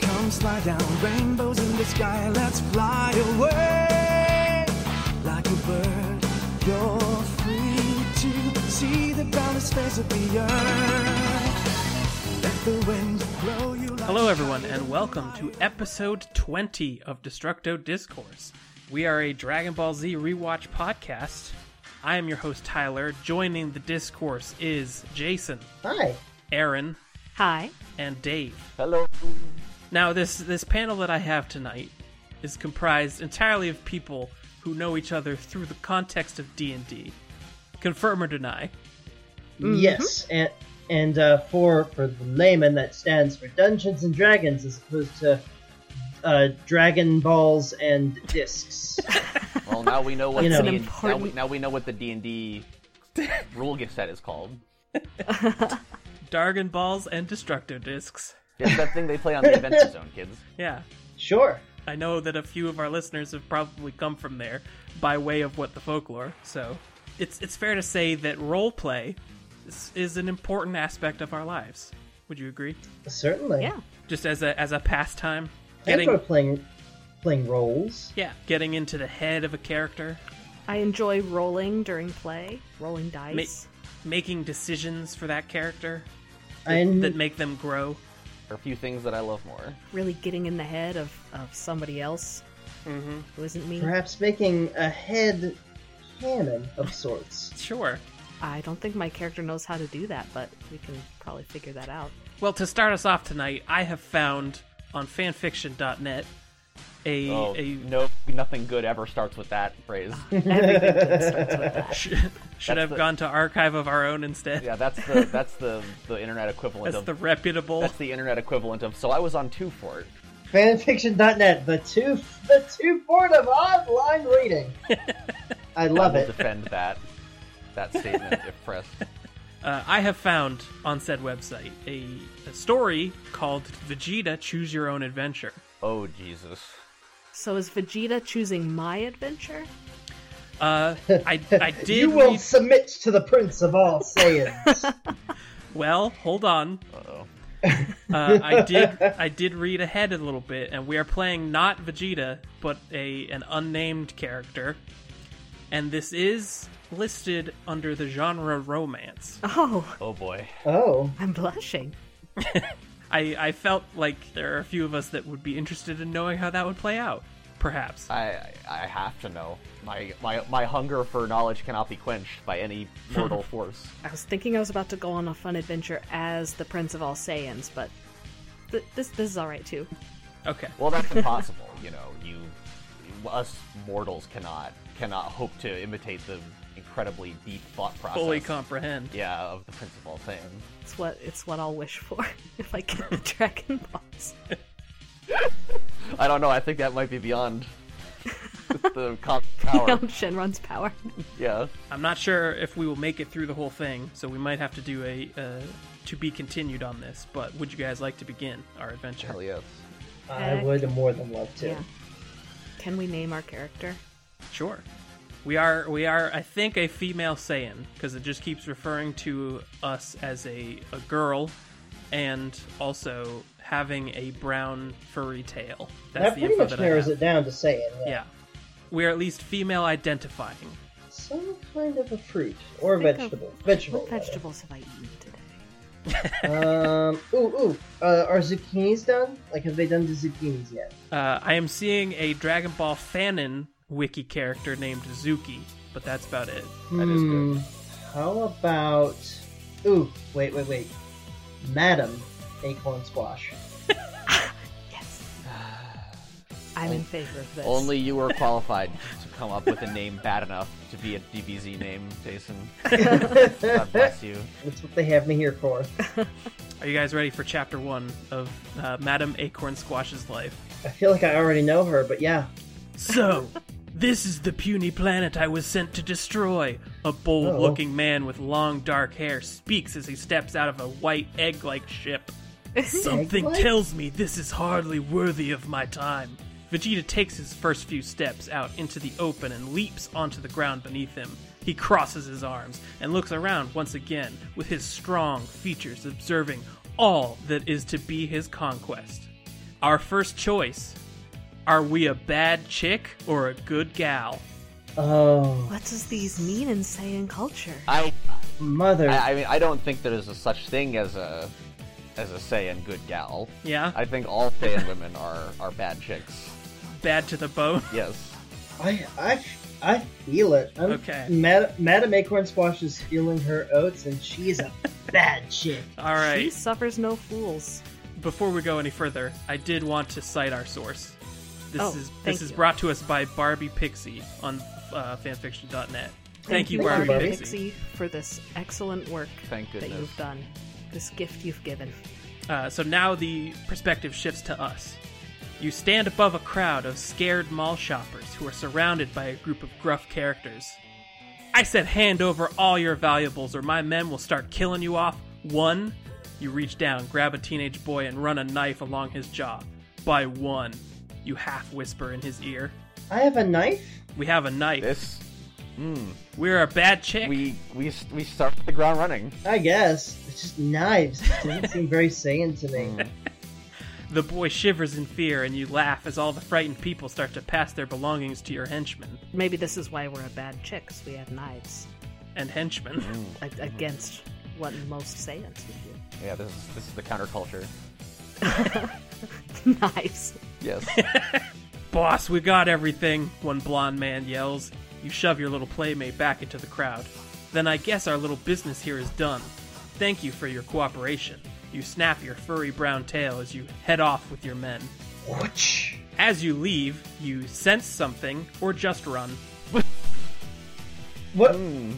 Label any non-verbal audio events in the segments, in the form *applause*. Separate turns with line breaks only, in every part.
Come slide down, rainbows in the sky, let's fly away. Like a bird, you're free to see the boundless face of the earth. Let the wind blow you like
Hello, everyone, and welcome to episode 20 of Destructo Discourse. We are a Dragon Ball Z rewatch podcast. I am your host, Tyler. Joining the discourse is Jason,
Hi.
Aaron,
Hi.
and Dave.
Hello.
Now, this this panel that I have tonight is comprised entirely of people who know each other through the context of D and D. Confirm or deny?
Yes, and and uh, for for the layman that stands for Dungeons and Dragons as opposed to uh, Dragon Balls and discs.
Well, now we know what
You know.
the
That's
an
D&D now, we,
important-
now we know what the D and D rule gift set is called.
Dargon balls and destructo discs.
It's that thing they play on the Adventure Zone, kids.
Yeah,
sure.
I know that a few of our listeners have probably come from there by way of what the folklore. So, it's it's fair to say that role play is, is an important aspect of our lives. Would you agree?
Certainly.
Yeah.
Just as a as a pastime,
And for
getting
playing playing roles.
yeah, getting into the head of a character.
I enjoy rolling during play, rolling dice.
making decisions for that character
And
that make them grow.
There are a few things that I love more.
really getting in the head of, of somebody else who isn't me.
perhaps making a head cannon of sorts.
Sure.
I don't think my character knows how to do that, but we can probably figure that out.
Well, to start us off tonight, I have found on fanfiction.net a,
Oh,
E, a
*laughs* no, nothing good ever starts with that phrase.
Everything good starts with that.
should, should have
the-
gone to archive of our own instead.
yeah, that's the that's the the internet equivalent
That's
of
the reputable.
that's the internet equivalent of. So I was on two fort.
Fanfiction.net, the two the two port of online reading. I love
I will
it.
defend that that statement if pressed.
Uh, I have found on said website a, a story called Vegeta Choose Your Own Adventure.
Oh Jesus.
So is Vegeta choosing my adventure?
Uh, I, I did
You will
read-
submit to the prince of all Saiyans.
Well, hold on. Uh, I did. I did read ahead a little bit, and we are playing not Vegeta, but a an unnamed character, and this is listed under the genre romance.
Oh,
Oh boy.
oh.
I'm blushing.
I I felt like there are a few of us that would be interested in knowing how that would play out. Perhaps
I I have to know. My my my hunger for knowledge cannot be quenched by any
*laughs*
mortal force.
I was thinking I was about to go on a fun adventure as the Prince of All Saiyans, but th- this this is all right too.
okay.
Well, that's impossible. you know, you us mortals cannot cannot hope to imitate the incredibly deep thought process.
Fully comprehend.
Yeah, of the Prince of All Saiyans.
It's what it's what I'll wish for *laughs* if I get the Dragon Balls.
I don't know. I think that might be beyond the con- power.
Beyond Shenron's power.
Yeah.
I'm not sure if we will make it through the whole thing, so we might have to do a uh, to be continued on this. But would you guys like to begin our adventure?
Hell yes.
I would more than love to.
Yeah. Can we name our character?
Sure. We are we are I think a female Saiyan because it just keeps referring to us as a, a girl and also having a brown furry tail. That's
that
the
pretty
info
much
that I
narrows
have.
it down to saying, yeah.
Yeah. We are at least female identifying.
Some kind of a fruit or a
Think of-
vegetable. Vegetable.
What
rather.
vegetables have I eaten today?
*laughs* um. Ooh, ooh. Uh, are zucchinis done? Like, have they done the zucchinis yet?
Uh, I am seeing a Dragon Ball fanon wiki character named Zuki, but that's about it.
That is good.
How about? Ooh. Wait, wait, wait. Madam Acorn Squash.
*sighs*
Yes. I'm in favor of this.
Only you were qualified to come up with a name bad enough to be a DBZ name, Jason. God bless you.
That's what they have me here
*laughs*
for.
Are you guys ready for chapter one of uh, Madam Acorn Squash's life?
I feel like I already know her, but yeah.
So, this is the puny planet I was sent to destroy. A bold looking man with long dark hair speaks as he steps out of a white egg like ship. Something
Eggplant?
tells me this is hardly worthy of my time. Vegeta takes his first few steps out into the open and leaps onto the ground beneath him. He crosses his arms and looks around once again, with his strong features observing all that is to be his conquest. Our first choice are we a bad chick or a good gal?
Oh,
What does these mean in Saiyan culture?
I,
mother.
I, I mean, I don't think there is a such thing as a, as a Saiyan good gal.
Yeah?
I think all Saiyan women are are bad chicks.
Bad to the bone? *laughs*
Yes.
I, I, I feel it. I'm,
Okay.
Mad- Madam Acorn Squash is stealing her oats, and she's
*laughs*
a bad chick.
Alright.
She suffers no fools.
before we go any further, I did want to cite our source. This
Oh,
is
thank
this is
you.
brought to us by Barbie Pixie on uh, fanfiction.net. Thank, you, Barbie,
Barbie
Pixie.
Pixie, for this excellent work
Thank
that
goodness.
you've done. This gift you've given.
Uh, so now the perspective shifts to us. You stand above a crowd of scared mall shoppers who are surrounded by a group of gruff characters. I said, hand over all your valuables, or my men will start killing you off. One, you reach down, grab a teenage boy, and run a knife along his jaw. By one, you half whisper in his ear.
I have a knife.
We have a knife.
This
We're a bad chick.
we we we start the ground running.
I guess it's just knives. It doesn't seem very Saiyan to me.
Mm.
The boy shivers in fear, and you laugh as all the frightened people start to pass their belongings to your henchmen.
Maybe this is why we're a bad chicks. We have knives.
And henchmen.
Mm-hmm.
A- against what most Saiyans would
Yeah, this is this is the counterculture.
do. *laughs* knives.
Yes. *laughs*
Boss, we got everything, one blonde man yells. You shove your little playmate back into the crowd. Then I guess our little business here is done. Thank you for your cooperation. You snap your furry brown tail as you head off with your men.
Whoosh.
As you leave, you sense something or just run.
What?
Mm.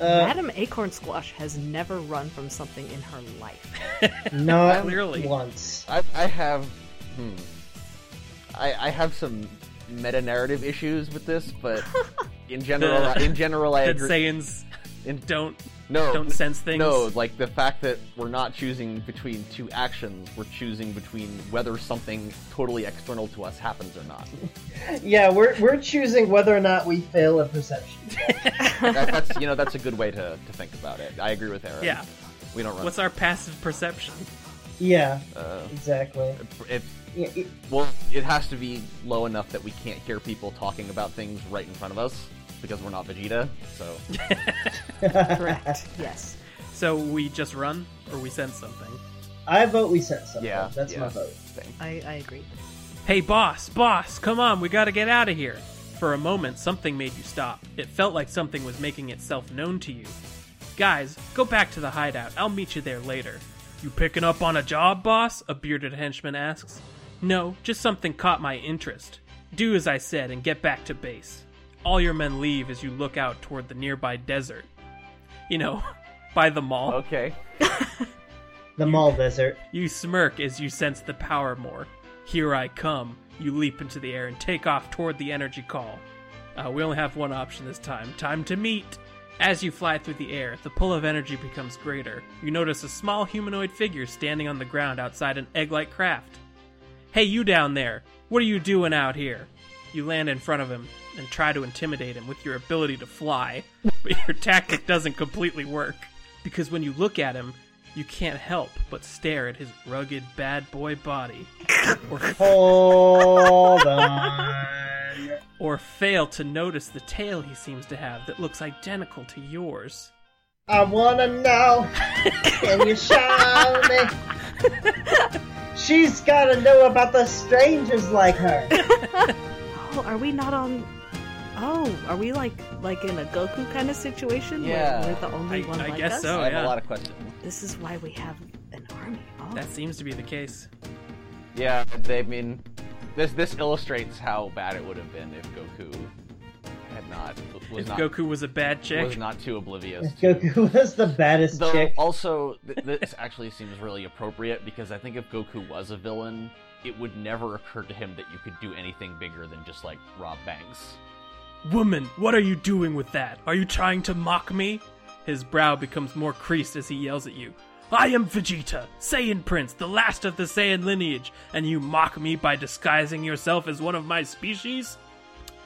Uh,
Madam Acorn Squash has never run from something in her
*laughs*
life.
not
Clearly.
once.
I I have hmm. I I have some meta narrative issues with this, but
*laughs*
in general,
The-
in general, I
That
agree.
Saiyans
in-
don't
no,
don't sense things.
No, like the fact that we're not choosing between two actions, we're choosing between whether something totally external to us happens or
*laughs*
not.
Yeah, we're we're choosing whether or not we fail a perception.
that, that's you know that's a good way to, to think about it. I agree with Aaron.
Yeah.
we don't run.
What's our passive perception?
Yeah,
uh,
exactly.
it,
Yeah, it-
well, it has to be low enough that we can't hear people talking about things right in front of us because we're not Vegeta.
*laughs*
So
Correct. yes.
So we just run, or we sense something.
I vote we sent something.
yeah,
that's
yeah.
my vote.
Same.
I, I agree.
Hey, boss, boss, come on, we gotta get out of here. For a moment, something made you stop. It felt like something was making itself known to you. Guys, go back to the hideout. I'll meet you there later. You picking up on a job, boss? A bearded henchman asks. No, just something caught my interest. Do as I said and get back to base. All your men leave as you look out toward the nearby desert. You know, *laughs* by the mall.
Okay.
The mall desert.
You smirk as you sense the power more. Here I come. You leap into the air and take off toward the energy call. Uh, we only have one option this time time to meet. As you fly through the air, the pull of energy becomes greater. You notice a small humanoid figure standing on the ground outside an egg like craft. Hey, you down there! What are you doing out here? You land in front of him and try to intimidate him with your ability to fly, *laughs* but your tactic doesn't completely work. Because when you look at him, you can't help but stare at his rugged bad boy body, or, Oh,
Hold on.
or fail to notice the tail he seems to have that looks identical to yours.
I wanna know. Can you show me? She's gotta know about the strangers like her.
Oh, are we not on? Oh, are we like like in a Goku kind of situation
Yeah.
where we're the only
I-
one
I
like
guess
us?
so. Oh,
I have
yeah.
a lot of questions.
This is why we have an army. Oh,
That seems to be the case.
Yeah, they I mean this this illustrates how bad it would have been if Goku had not was
If
not
Goku was a bad chick,
was not too oblivious. to-
Goku *laughs* was the baddest
Though
chick.
also th- this actually seems really appropriate because I think if Goku was a villain, it would never occur to him that you could do anything bigger than just like rob banks.
Woman, what are you doing with that? Are you trying to mock me? His brow becomes more creased as he yells at you. I am Vegeta, Saiyan Prince, the last of the Saiyan lineage, and you mock me by disguising yourself as one of my species?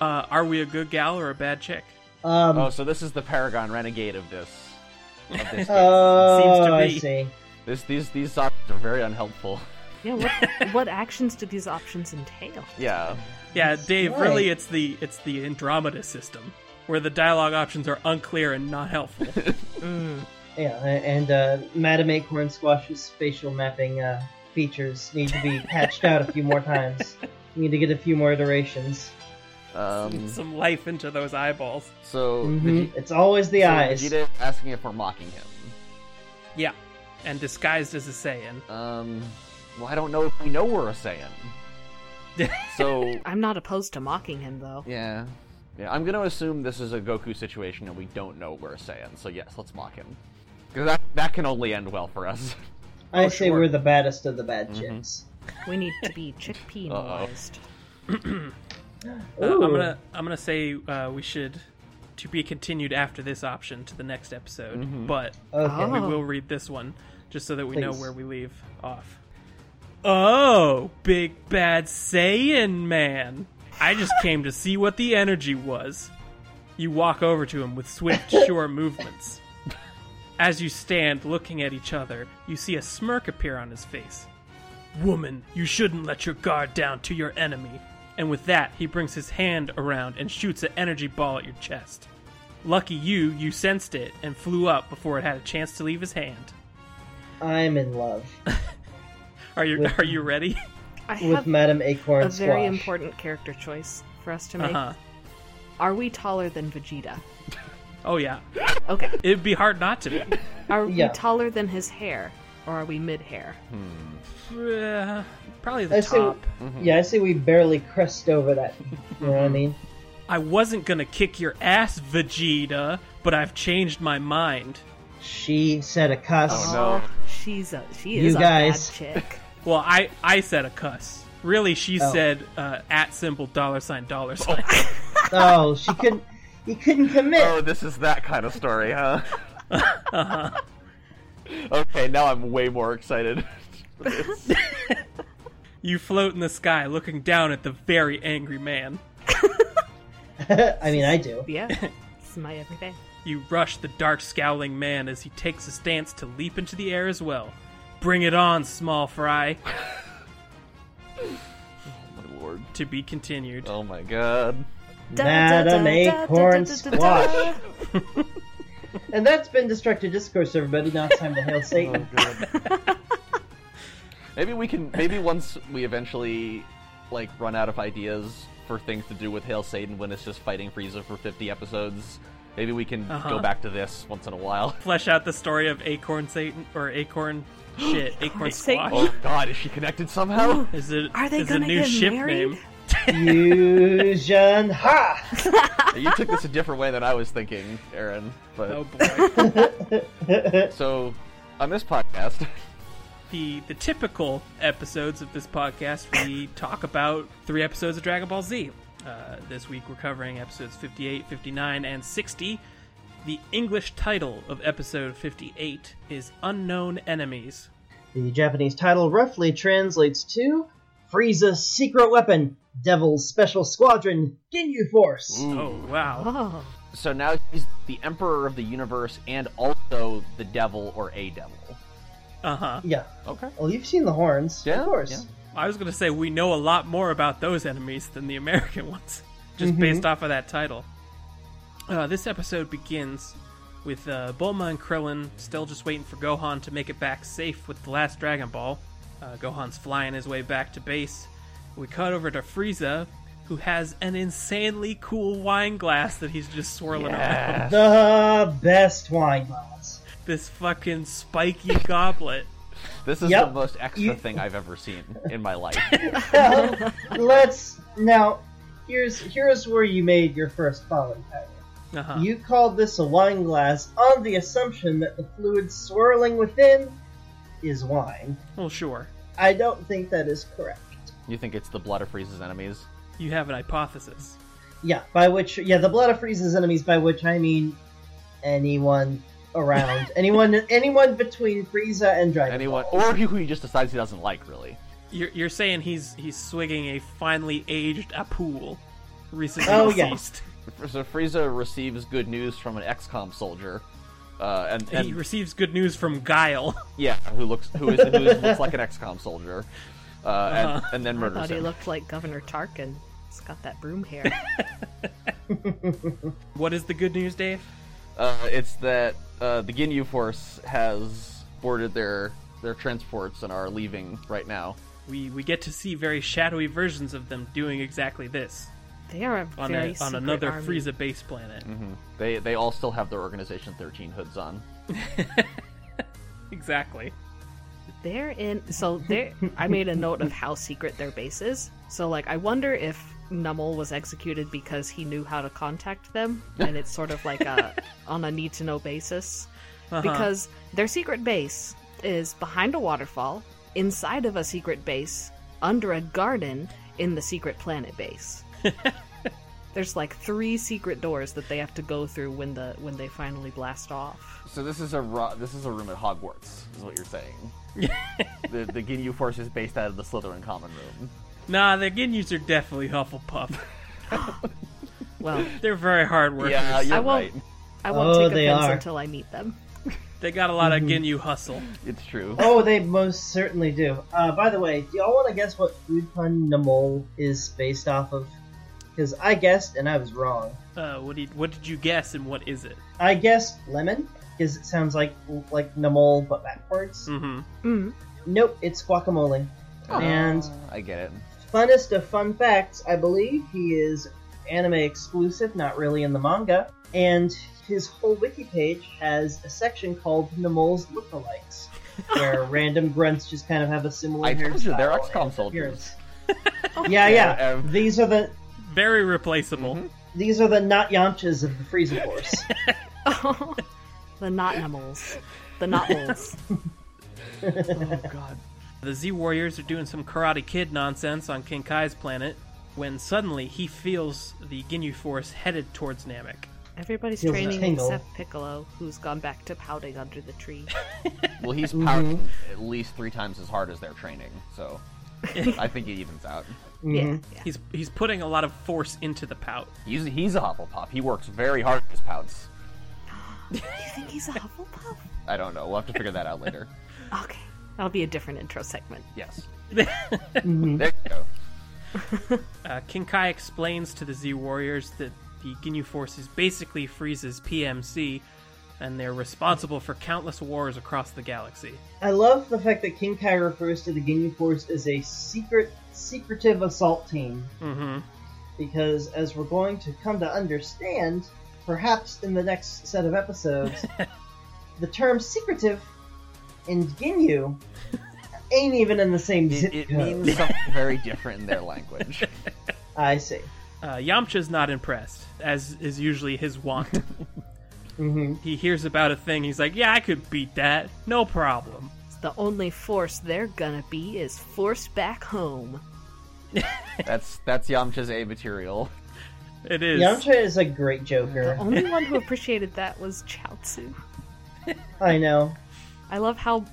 Uh, are we a good gal or a bad chick?
Um,
Oh, so this is the Paragon Renegade of this. Of this game.
oh,
to
I
be.
see.
this these these options are very unhelpful. *laughs*
Yeah,
*laughs*
what, what actions do these options entail?
Yeah.
Yeah, Dave,
right.
really it's the it's the Andromeda system, where the dialogue options are unclear and not helpful.
Yeah, a- and uh, Madame Acorn Squash's facial mapping uh, features need to be patched out a few more times. We need to get a few more iterations.
Um,
Some life into those eyeballs.
so
hmm
Vegeta,
It's always the
Mm-hmm. so
eyes.
Vegeta is asking if we're mocking him.
Yeah. And disguised as a Saiyan.
Um, well, I don't know if we know we're a Saiyan. so
I'm not opposed to mocking him, though.
yeah, yeah. I'm gonna assume this is a Goku situation and we don't know we're a Saiyan. So yes, let's mock him. Because that that can only end well for us. *laughs*
I say we're the baddest of the bad chicks.
We need to be chickpea normalized.
Uh, I'm
Ooh.
gonna I'm gonna say uh, we should to be continued after this option to the next episode, but
Okay.
we
Oh.
will read this one just so that we know
Please.
where we leave off. Oh, big bad Saiyan man! I just came to see what the energy was. You walk over to him with swift, sure movements. As you stand looking at each other, you see a smirk appear on his face. Woman, you shouldn't let your guard down to your enemy. And with that, he brings his hand around and shoots an energy ball at your chest. Lucky you, you sensed it and flew up before it had a chance to leave his hand.
I'm in love
Are you are you
*laughs*
ready?
I
with
have
Madame
a
Acorn Squash.
very important character choice for us to make.
Uh-huh.
Are we taller than Vegeta?
Oh yeah.
Okay.
It'd be hard not
*laughs*
to be.
Are
Yeah.
we taller than his hair, or are we mid-hair?
Uh, probably the
I say,
top.
Mm-hmm.
yeah, I say we barely crest over that. You know what I
Mm-hmm.
mean?
I wasn't gonna kick your ass, Vegeta, but I've changed my mind.
She said a cuss.
No.
Oh, She's a she
Oh, You
is
guys.
a bad chick.
Well, I I said a cuss. Really, she
Oh.
said uh, at symbol dollar sign dollar sign.
Oh, she couldn't. You couldn't commit.
Oh, this is that kind of story, huh? okay, now I'm way more excited. for this.
You float in the sky, looking down at the very angry man.
*laughs* I mean, I do.
*laughs*
Yeah, it's my everyday.
You rush the dark, scowling man as he takes a stance to leap into the air as well. Bring it on, small fry.
*laughs* oh my lord.
To be continued.
Oh my god.
Da, da, da,
Madam
da,
Acorn
da, da, da, da, da.
Squash. And that's been Destructive Discourse, everybody. Now it's time
*laughs*
to
Oh,
hail Satan.
Maybe we can. Maybe once we eventually, like, run out of ideas for things to do with Hail Satan when it's just fighting Frieza for 50 episodes, maybe we can go back to this once in a while. *laughs*
Flesh out the story of Acorn Satan or
*gasps*
Acorn shit, Acorn
Satan.
Squash.
Oh god, is she connected somehow?
Is it
Are they
is
gonna
a new
get
ship
married?
name?
Fusion Ha!
you took this a different way than I was thinking, Aaron. But
Oh boy. *laughs*
so, on this podcast,
the the typical episodes of this podcast,
*coughs*
we talk about three episodes of Dragon Ball Z. Uh, this week we're covering episodes 58, 59, and 60. The English title of episode 58 is Unknown Enemies.
The Japanese title roughly translates to Frieza's Secret Weapon, Devil's Special Squadron, Ginyu Force.
Oh wow.
Oh,
so now he's the Emperor of the Universe and also the Devil or a Devil.
Uh huh.
Yeah.
Okay.
Well, you've seen the horns.
Yeah,
of course.
I was gonna say we know a lot more about those enemies than the American *laughs* ones, just based off of that title. Uh, this episode begins with uh, Bulma and Krillin still just waiting for Gohan to make it back safe with the last Dragon Ball. Uh, Gohan's flying his way back to base. We cut over to Frieza, who has an insanely cool wine glass that he's just swirling around.
The best wine glass.
*laughs* This fucking spiky goblet.
This is
Yep.
the most extra
You-
thing I've ever seen in
*laughs*
my life.
Now, let's. Now, here's here's where you made your first falling power.
Uh-huh.
You called this a wine glass on the assumption that the fluid swirling within is wine.
Well, sure.
I don't think that is correct.
you think it's the blood of Frieza's enemies?
You have an hypothesis.
Yeah, by which yeah, the blood of Frieza's enemies, by which I mean anyone around. anyone anyone between Frieza and Dragon
Anyone,
Ball.
or who he just decides he doesn't like, really.
You're, you're saying he's he's swigging a finely aged Apool, recently
Oh, yeah.
deceased.
So Frieza receives good news from an XCOM soldier, uh, and, and
He receives good news from Guile.
yeah, who looks who is who is, looks like an XCOM soldier, uh, and, and then murders
Uh-huh. Thought he
him.
looked like Governor Tarkin. He's got that
*laughs*
broom hair.
*laughs* What is the good news, Dave?
Uh, it's that uh, the Ginyu Force has boarded their their transports and are leaving right now.
We we get to see very shadowy versions of them doing exactly this
They are a
on
very
a, on
secret
another
army.
Frieza base planet.
They they all still have their Organization 13 hoods on.
Exactly.
They're in. So they. I made a note of how secret their base is. So like, I wonder if Nummel was executed because he knew how to contact them, and it's sort of
*laughs*
like a on a need to know basis,
Uh-huh.
because their secret base is behind a waterfall, inside of a secret base, under a garden in the secret
*laughs*
planet base. There's like three secret doors that they have to go through when the when they finally blast off.
So this is a ro- this is a room at Hogwarts, is what you're saying. *laughs* the, the Ginyu Force is based out of the Slytherin common room.
Nah, the Ginyus are definitely *laughs* Hufflepuff.
Well,
They're very hard workers.
Yeah, you're
I won't-
right.
I won't
Oh,
take
they
offense
are.
until I meet them.
They got a lot of
Mm-hmm.
Ginyu hustle.
It's true.
Oh, they most certainly do. Uh, by the way, do y'all want to guess what food pun Namol is based off of? Because I guessed and I was wrong.
Uh, what did what did you guess and what is it?
I guessed lemon because it sounds like like Namol but backwards.
Hmm.
Mm-hmm.
Mm.
Nope, it's guacamole. And
I get it.
funnest of fun facts, I believe he is anime exclusive, not really in the manga. And his whole wiki page has a section called Namol's
*laughs*
Lookalikes, where random grunts just kind of have a similar
I told you, they're
hairstyle
XCOM
and
*laughs* soldiers.
appearance. yeah, yeah.
um,
These are the
Very replaceable.
these are the not Yamchas of the Frieza Force.
*laughs* the not nummels. The not moles.
The Z Warriors are doing some Karate Kid nonsense on King Kai's planet when suddenly he feels the Ginyu Force headed towards Namek.
Everybody's
Feels a
training
tingle.
except Piccolo, who's gone back to pouting under the tree.
Well, he's powering at least three times as hard as they're training, so I think it evens out.
Yeah, yeah.
He's he's putting a lot of force into the pout.
He's, he's a Hufflepuff. He works very hard with his pouts.
You think he's a Hufflepuff?
I don't know. We'll have to figure that out later.
Okay, that'll be a different intro segment.
Yes. There you go.
Uh, King Kai explains to the Z Warriors that the Ginyu Force is basically Frieza's PMC, and they're responsible for countless wars across the galaxy.
I love the fact that King Kai refers to the Ginyu Force as a secret, secretive assault team. Mm-hmm. Because as we're going to come to understand, perhaps in the next set of
*laughs*
episodes, the term secretive and Ginyu ain't even in the same zip
It, it
code.
means something very different in their language.
I see.
Uh, Yamcha's not impressed, as is usually his wont. He hears about a thing, he's like, "Yeah, I could beat that, no problem."
The only force they're gonna be is force back home.
That's that's Yamcha's A material.
It is.
Yamcha is a great joker.
Only one *laughs* who appreciated that was Chaozu.
I know.
I love how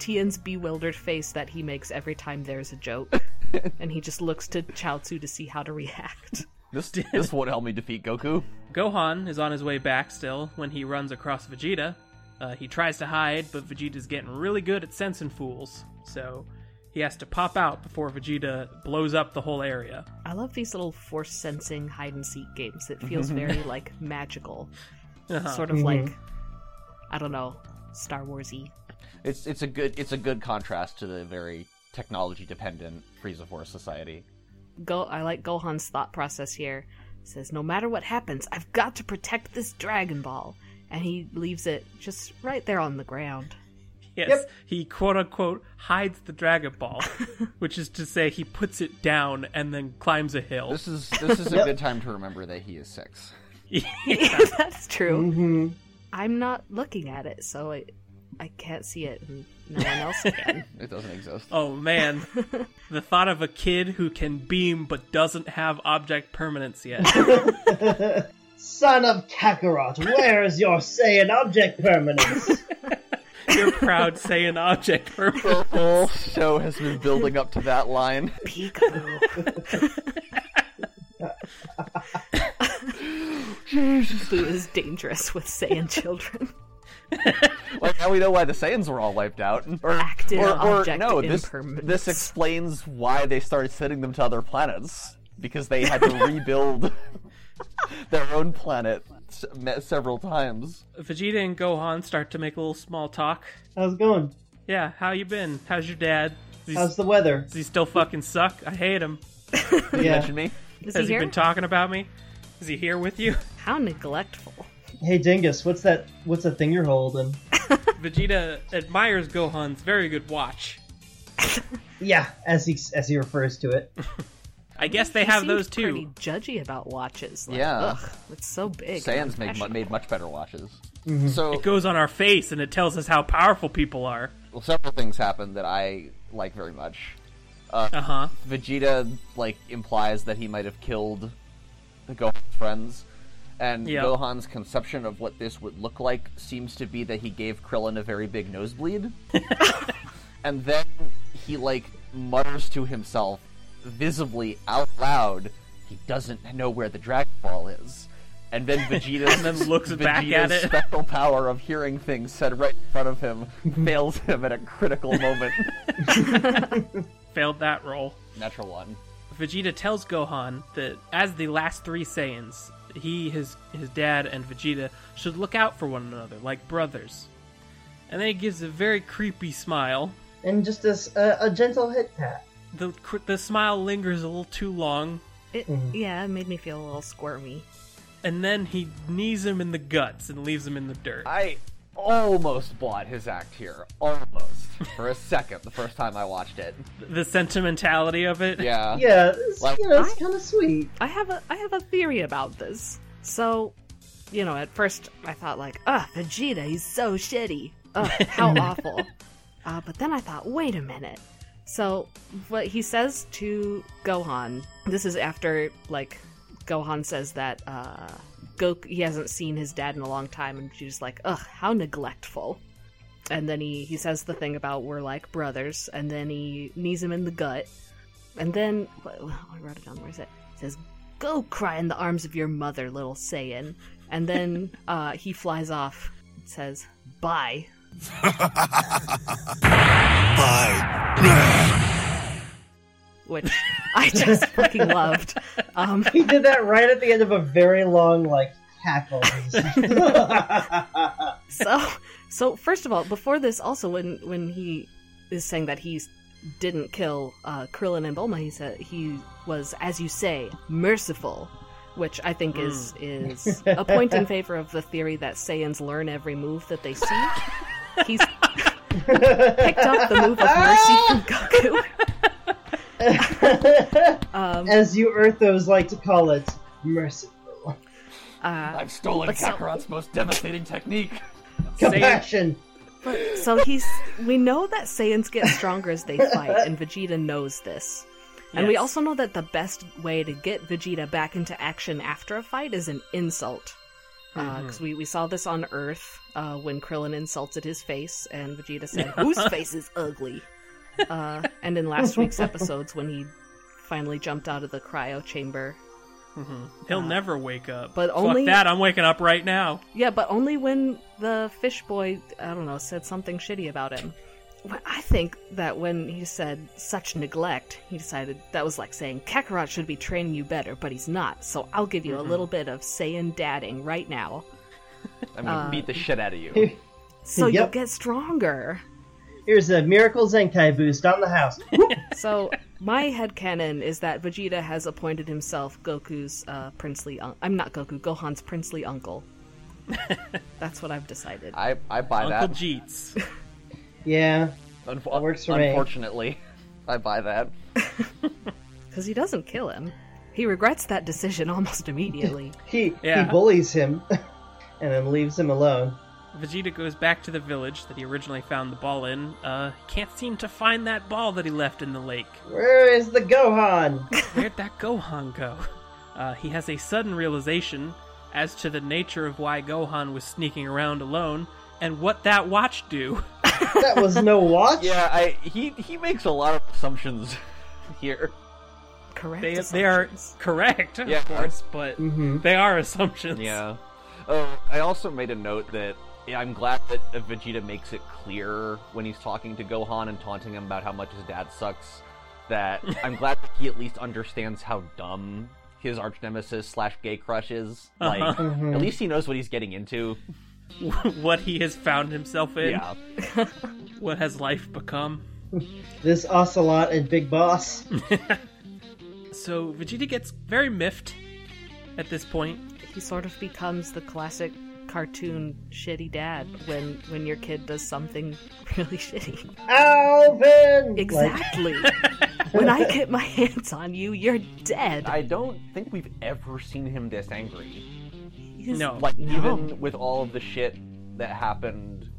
Tien's bewildered face that he makes every time there's a joke, *laughs* and he just looks to Chaozu to see how to react.
This this would help me defeat Goku.
Gohan is on his way back still when he runs across Vegeta. Uh, he tries to hide, but Vegeta's getting really good at sensing fools, so he has to pop out before Vegeta blows up the whole area.
I love these little force sensing hide and seek games. It feels very like magical, sort of like I don't know, Star Warsy.
It's it's a good it's a good contrast to the very technology dependent Frieza Force society.
Go, I like Gohan's thought process here. He says, no matter what happens, I've got to protect this Dragon Ball, and he leaves it just right there on the ground. *laughs*
Yes, he quote unquote hides the Dragon Ball, which is to say he puts it down and then climbs a hill.
This is this is a
Yep.
good time to remember that he is six.
That's true.
hmm
I'm not looking at it, so I, I can't see it, and no one else can.
It doesn't exist.
Oh man, the thought of a kid who can beam but doesn't have object permanence yet.
Son of Kakarot, where is your Saiyan object
*laughs*
permanence?
You're proud Saiyan object permanent.
*laughs* The whole show has been building up to that line.
Pikachu. Who is dangerous with Saiyan
*laughs*
children.
Like now we know why the Saiyans were all wiped out. *laughs* Or,
Active
or, or
object
no, this
impermanence.
this explains why they started sending them to other planets because they had to rebuild *laughs* their own planet s- me- several times.
Vegeta and Gohan start to make a little small talk.
How's it going?
Yeah, how you been? How's your dad? Does he,
How's the weather?
does he still fucking suck? I hate him.
You
Yeah.
mentioned me.
Is
Has
he
he,
here?
been talking about me? Is he here with you? *laughs*
How neglectful.
Hey Dingus, what's that? What's that thing you're holding?
Vegeta admires Gohan's very good watch.
Yeah, as he as he refers to it.
I guess they
He
have
seemed
those too.
Pretty judgy about watches. Like,
Yeah.
Ugh, it's so big.
Saiyans made, mu-
Unfashionable.
made much better watches. So
Mm-hmm. It goes on our face and it tells us how powerful people are.
well, several things happened that I like very much.
Uh huh.
Vegeta like implies that he might have killed Gohan's friends, and
Yeah.
Gohan's conception of what this would look like seems to be that he gave Krillin a very big
*laughs*
nosebleed, and then he like mutters to himself, visibly out loud, he doesn't know where the Dragon Ball is. And then
*laughs*
Vegeta's,
And then looks back at
Vegeta's
it.
special power of hearing things said right in front of him fails him at a
*laughs*
critical moment.
Failed that role.
Natural one.
Vegeta tells Gohan that as the last three Saiyans, he, his, his dad, and Vegeta should look out for one another like brothers. And then he gives a very creepy smile.
And just this uh, a gentle hit pat.
The, cr- the smile lingers a little too long,
It, Yeah, it made me feel a little squirmy.
and then he knees him in the guts and leaves him in the dirt.
I almost bought his act here. Almost. For a second, the first time I watched it.
The sentimentality of it.
*laughs* Yeah.
Yeah, it's,
Like-
you know, it's kind of sweet.
I have a I have a theory about this. So, you know, at first I thought like, "Ugh, Vegeta, he's so shitty. Ugh, how awful." Uh, but then I thought, wait a minute. So, what he says to Gohan, this is after like Gohan says that uh, Goku he hasn't seen his dad in a long time, and she's like, "Ugh, how neglectful." And then he he says the thing about we're like brothers, and then he knees him in the gut, and then what, I wrote it down. Where is it? It says, "Go cry in the arms of your mother, little Saiyan." And then uh, he flies off. It says, "Bye."
Bye.
which I just fucking loved. Um,
He did that right at the end of a very long like cackle. *laughs*
so, *laughs* so first of all, before this, also when when he is saying that he didn't kill uh, Krillin and Bulma, he said he was, as you say, merciful, which I think is is a point in favor of the theory that Saiyans learn every move that they see. He's picked up the move of mercy from Goku. Um,
As you Earthos like to call it, merciful,
uh,
I've stolen
But so-
Kakarot's most devastating technique.
Saiyan,
compassion.
So he's. We know that Saiyans get stronger as they fight, and Vegeta knows this. And we
Yes.
also know that the best way to get Vegeta back into action after a fight is an insult. Because we, we saw this on Earth uh, when Krillin insulted his face, and Vegeta said, Whose face is ugly? Uh, and in last week's episodes, when he finally jumped out of the cryo chamber.
he'll never wake up.
but
Fuck
only-
that. I'm waking up right now.
Yeah, but only when the fish boy, I don't know, said something shitty about him. Well, I think that when he said such neglect, he decided that was like saying Kakarot should be training you better, but he's not. So I'll give you a little bit of Saiyan dadding right now,
*laughs* I'm
Uh,
gonna beat the shit out
*laughs*
of you.
so you'll
Yep.
get stronger.
Here's a miracle Zenkai boost on the house.
So my headcanon is that Vegeta has appointed himself Goku's uh, princely. Un- I'm not Goku. Gohan's princely uncle. That's what I've decided.
I, I buy
Uncle
that.
Jeets.
*laughs*
yeah,
Unf-
works for me.
unfortunately, *laughs* I buy that.
because he doesn't kill him. He regrets that decision *laughs* almost immediately.
he
Yeah.
he bullies him, *laughs* and then leaves him alone.
Vegeta goes back to the village that he originally found the ball in. Uh, can't seem to find that ball that he left in the lake.
Where is the Gohan?
*laughs* Where'd that Gohan go? Uh, he has a sudden realization as to the nature of why Gohan was sneaking around alone and what that watch do.
That was
*laughs*
no watch.
Yeah, I he he makes a lot of assumptions *laughs* here.
Correct.
They, they are
assumptions.
correct, of
Yeah.
course, but
hmm
they are assumptions.
Yeah. Oh, I also made a note that yeah, I'm glad that uh, Vegeta makes it clear when he's talking to Gohan and taunting him about how much his dad sucks. That I'm glad that he at least understands how dumb his arch nemesis slash gay crush is. Like,
Uh-huh.
at least he knows what he's getting into.
*laughs* what he has found himself in,
Yeah.
what has life become.
This Ocelot and Big Boss.
So Vegeta gets very miffed at this point.
He sort of becomes the classic cartoon shitty dad when when your kid does something *laughs* really shitty.
Alvin. Like,
Exactly. when I get my hands on you, you're dead.
I don't think we've ever seen him this angry.
He's-
No.
Like,
No.
even with all of the shit that happened,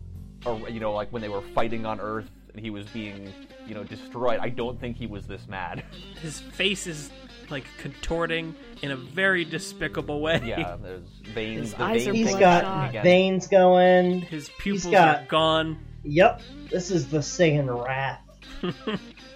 or, you know, like when they were fighting on Earth and he was being, you know, destroyed, I don't think he was this mad. *laughs*
His face is like contorting in a very despicable way.
Yeah, there's veins.
His
the
eyes are
veins
he's
are
got
bloodshot.
again.
veins
*laughs*
going.
His pupils are
got-
gone.
Yep. This is the Saiyan Wrath.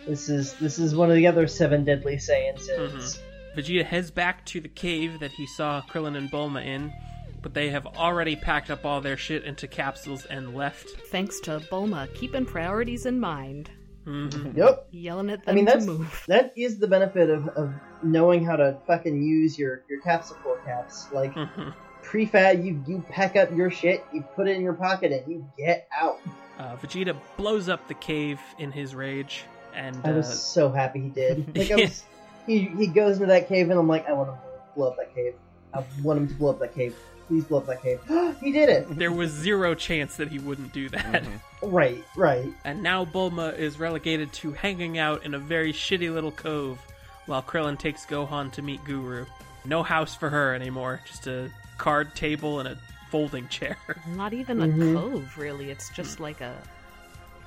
this is this is one of the other seven deadly Saiyan sins.
Vegeta heads back to the cave that he saw Krillin and Bulma in, but they have already packed up all their shit into capsules and left.
Thanks to Bulma keeping priorities in mind,
Mm-hmm.
*laughs* Yep.
yelling at them
I mean,
to
that's
move.
that is the benefit of, of knowing how to fucking use your your capsicle caps. Like
Mhm.
prefab, you you pack up your shit, you put it in your pocket, and you get out.
Uh, Vegeta blows up the cave in his rage, and
I
uh,
was so *laughs* happy he
*laughs*
did. Like I was, he he goes into that cave, and I'm like, I want him to blow up that cave. I want him to blow up that cave. Please blow up that cave. *gasps* he did it.
there was zero chance that he wouldn't do that.
Right, right.
*laughs* And now Bulma is relegated to hanging out in a very shitty little cove while Krillin takes Gohan to meet Guru. No house for her anymore, just a card table and a folding chair. *laughs*
Not even a
Mhm.
cove, really. It's just like a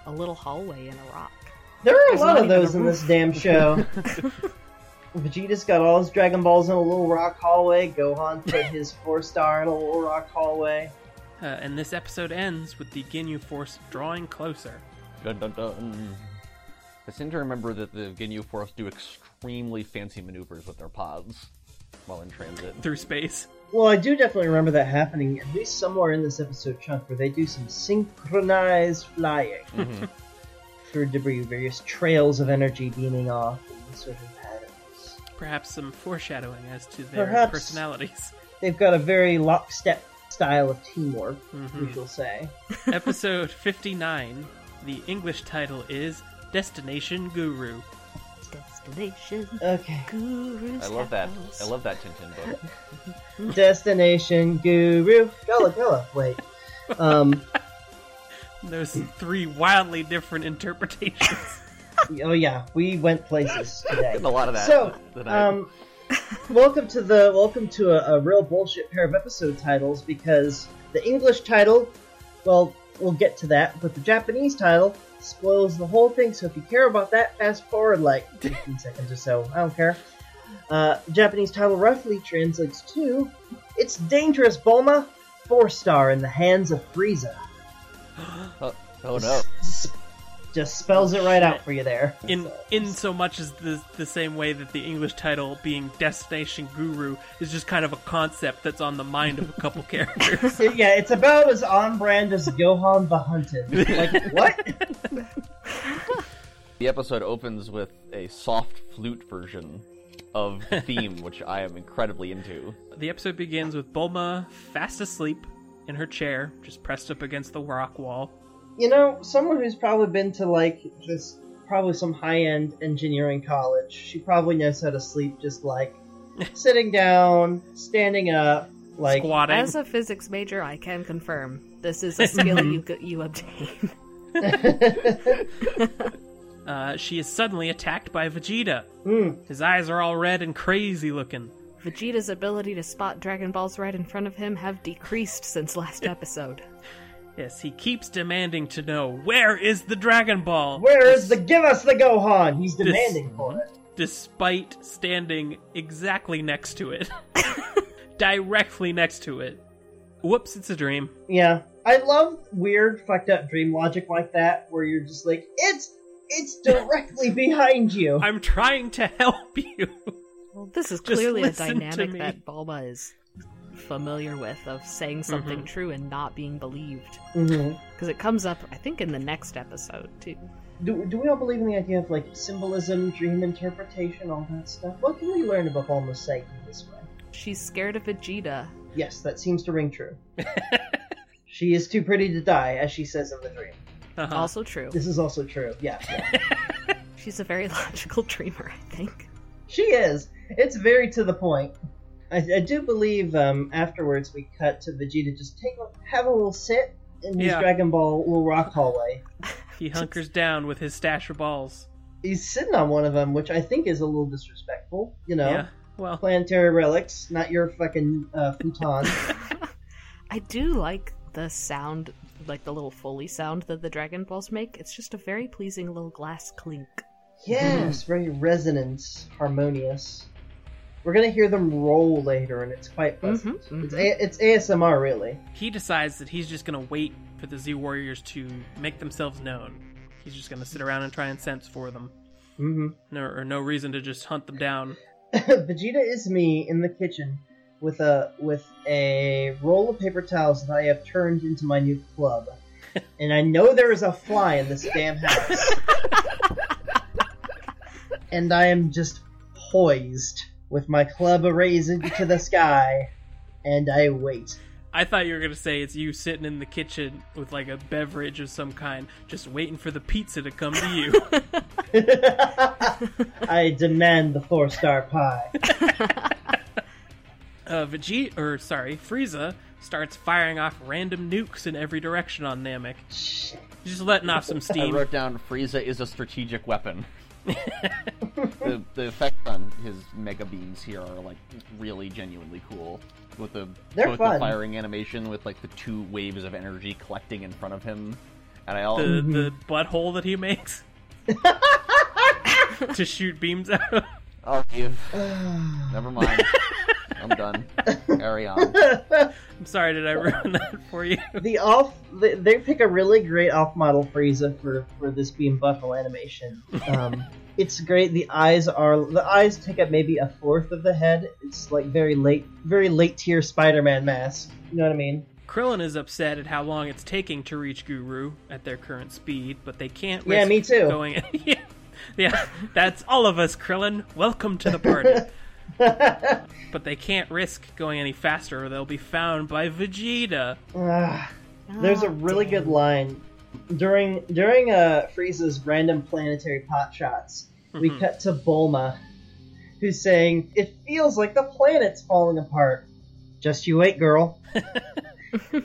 a little hallway in a rock.
There are a
There's
lot
not
of
even a
those in this
roof.
damn
*laughs*
show. Vegeta's got all his Dragon Balls in a little rock hallway. Gohan put his four star in a little rock hallway.
Uh, and this episode ends with the Ginyu Force drawing closer.
Dun, dun, dun. I seem to remember that the Ginyu Force do extremely fancy maneuvers with their pods while in transit.
Through space.
Well, I do definitely remember that happening, at least somewhere in this episode chunk, where they do some synchronized flying through debris, various trails of energy beaming off in certain patterns.
Perhaps some foreshadowing as to their
Perhaps.
personalities.
They've got a very lockstep style of teamwork, we
Mhm.
shall say.
episode 59, the English title is Destination Guru.
Destination
Okay.
Guru's
I love that.
house.
I love that Tintin book.
Destination Guru. Gullah Gullah. Wait. Um.
Those three wildly different interpretations.
Oh yeah, we went places today.
Getting a lot of that.
So,
tonight.
Um, *laughs* welcome to the welcome to a, a real bullshit pair of episode titles because the English title, well, we'll get to that, but the Japanese title spoils the whole thing. So if you care about that, fast forward like 15 seconds or so. I don't care. Uh, Japanese title roughly translates to "It's dangerous, Bulma." Four star in the hands of Frieza.
oh, oh no.
Just- Just spells it right out for you there.
in in so much as the the same way that the English title being Destination Guru is just kind of a concept that's on the mind of a
*laughs*
couple characters.
It- yeah, it's about as on brand as Gohan the Hunted. Like what?
*laughs* The episode opens with a soft flute version of the theme, *laughs* which I am incredibly into.
The episode begins with Bulma fast asleep in her chair, just pressed up against the rock wall.
You know, someone who's probably been to like this, probably some high-end engineering college. She probably knows how to sleep, just like sitting down, standing up, like
squatting.
As a physics major, I can confirm
*laughs*
this is a skill you
Mm-hmm.
g- you obtain.
Uh, she is suddenly attacked by Vegeta.
Hmm.
His eyes are all red and crazy looking.
Vegeta's ability to spot Dragon Balls right in front of him have decreased since last episode.
Yes, he keeps demanding to know where is the Dragon Ball,
Where is the give us the Gohan? He's demanding for it.
despite standing exactly next to it. *laughs* directly next to it. Whoops, it's a dream.
Yeah, I love weird, fucked up dream logic like that, where you're just like, it's it's directly behind you.
I'm trying to help you. *laughs*
Well, this is
Just
clearly a
listen to
dynamic
me.
that Balma is familiar with of saying
Mm-hmm.
something true and not being believed.
Mhm.
Because it comes up, I think, in the next episode, too.
Do, do we all believe in the idea of like symbolism, dream interpretation, all that stuff? What can we learn about Bulma's psyche this way?
She's scared of Vegeta.
Yes, that seems to ring
*laughs*
true. she is too pretty to die, as she says in the dream.
Uh-huh.
Also true.
This is also true. Yeah, yeah.
She's a very *laughs* logical dreamer, I think.
she is. It's very to the point. I, I do believe um, afterwards we cut to Vegeta just take a, have a little sit in his
Yeah.
Dragon Ball little rock hallway.
he hunkers down with his stash of balls.
He's sitting on one of them, which I think is a little disrespectful. You know,
Yeah. Well,
planetary relics, not your fucking uh, futon.
I do like the sound, like the little Foley sound that the Dragon Balls make. It's just a very pleasing little glass clink.
Yes, very resonance, harmonious. We're gonna hear them roll later, and it's quite pleasant.
Mhm,
It's, a- it's ASMR, really.
he decides that he's just going to wait for the Z Warriors to make themselves known. He's just going to sit around and try and sense for them.
Mm-hmm.
No, or no reason to just hunt them down.
*laughs* Vegeta is me in the kitchen with a with a roll of paper towels that I have turned into my new club, and I know there is a fly in this damn house, and I am just poised with my club raised to the sky, and I wait.
I thought you were going to say it's you sitting in the kitchen with like a beverage of some kind, just waiting for the pizza to come to
*laughs*
you.
I demand the four star pie.
uh, Vegeta, or sorry, Frieza starts firing off random nukes in every direction on Namek. He's just letting off some
*laughs* I
steam.
wrote down Frieza is a
*laughs*
strategic weapon. the, the effects on his mega beams here are like really genuinely cool. With the
They're
both
fun.
the firing animation with like the two waves of energy collecting in front of him, and I
the,
all Mm-hmm.
the butthole that he
*laughs*
makes to shoot beams out of.
I'll
*sighs*
give. Never mind. I'm done. Carry on.
*laughs* I'm sorry, did I ruin that for you?
The off, they, they pick a really great off model Frieza for for this beam buffle animation. *laughs* Um, it's great. The eyes are the eyes take up maybe a fourth of the head. It's like very late, very late tier Spider Man mask. You know what I mean?
Krillin is upset at how long it's taking to reach Guru at their current speed, but they can't
Yeah,
risk
me too.
going. *laughs* yeah, yeah, that's all of us, Krillin. Welcome to the
*laughs*
party. but they can't risk going any faster, or they'll be found by Vegeta.
Ah. There's a really good line during during uh, Frieza's random planetary pot shots. We cut to Bulma, who's saying, "It feels like the planet's falling apart." Just you wait, girl.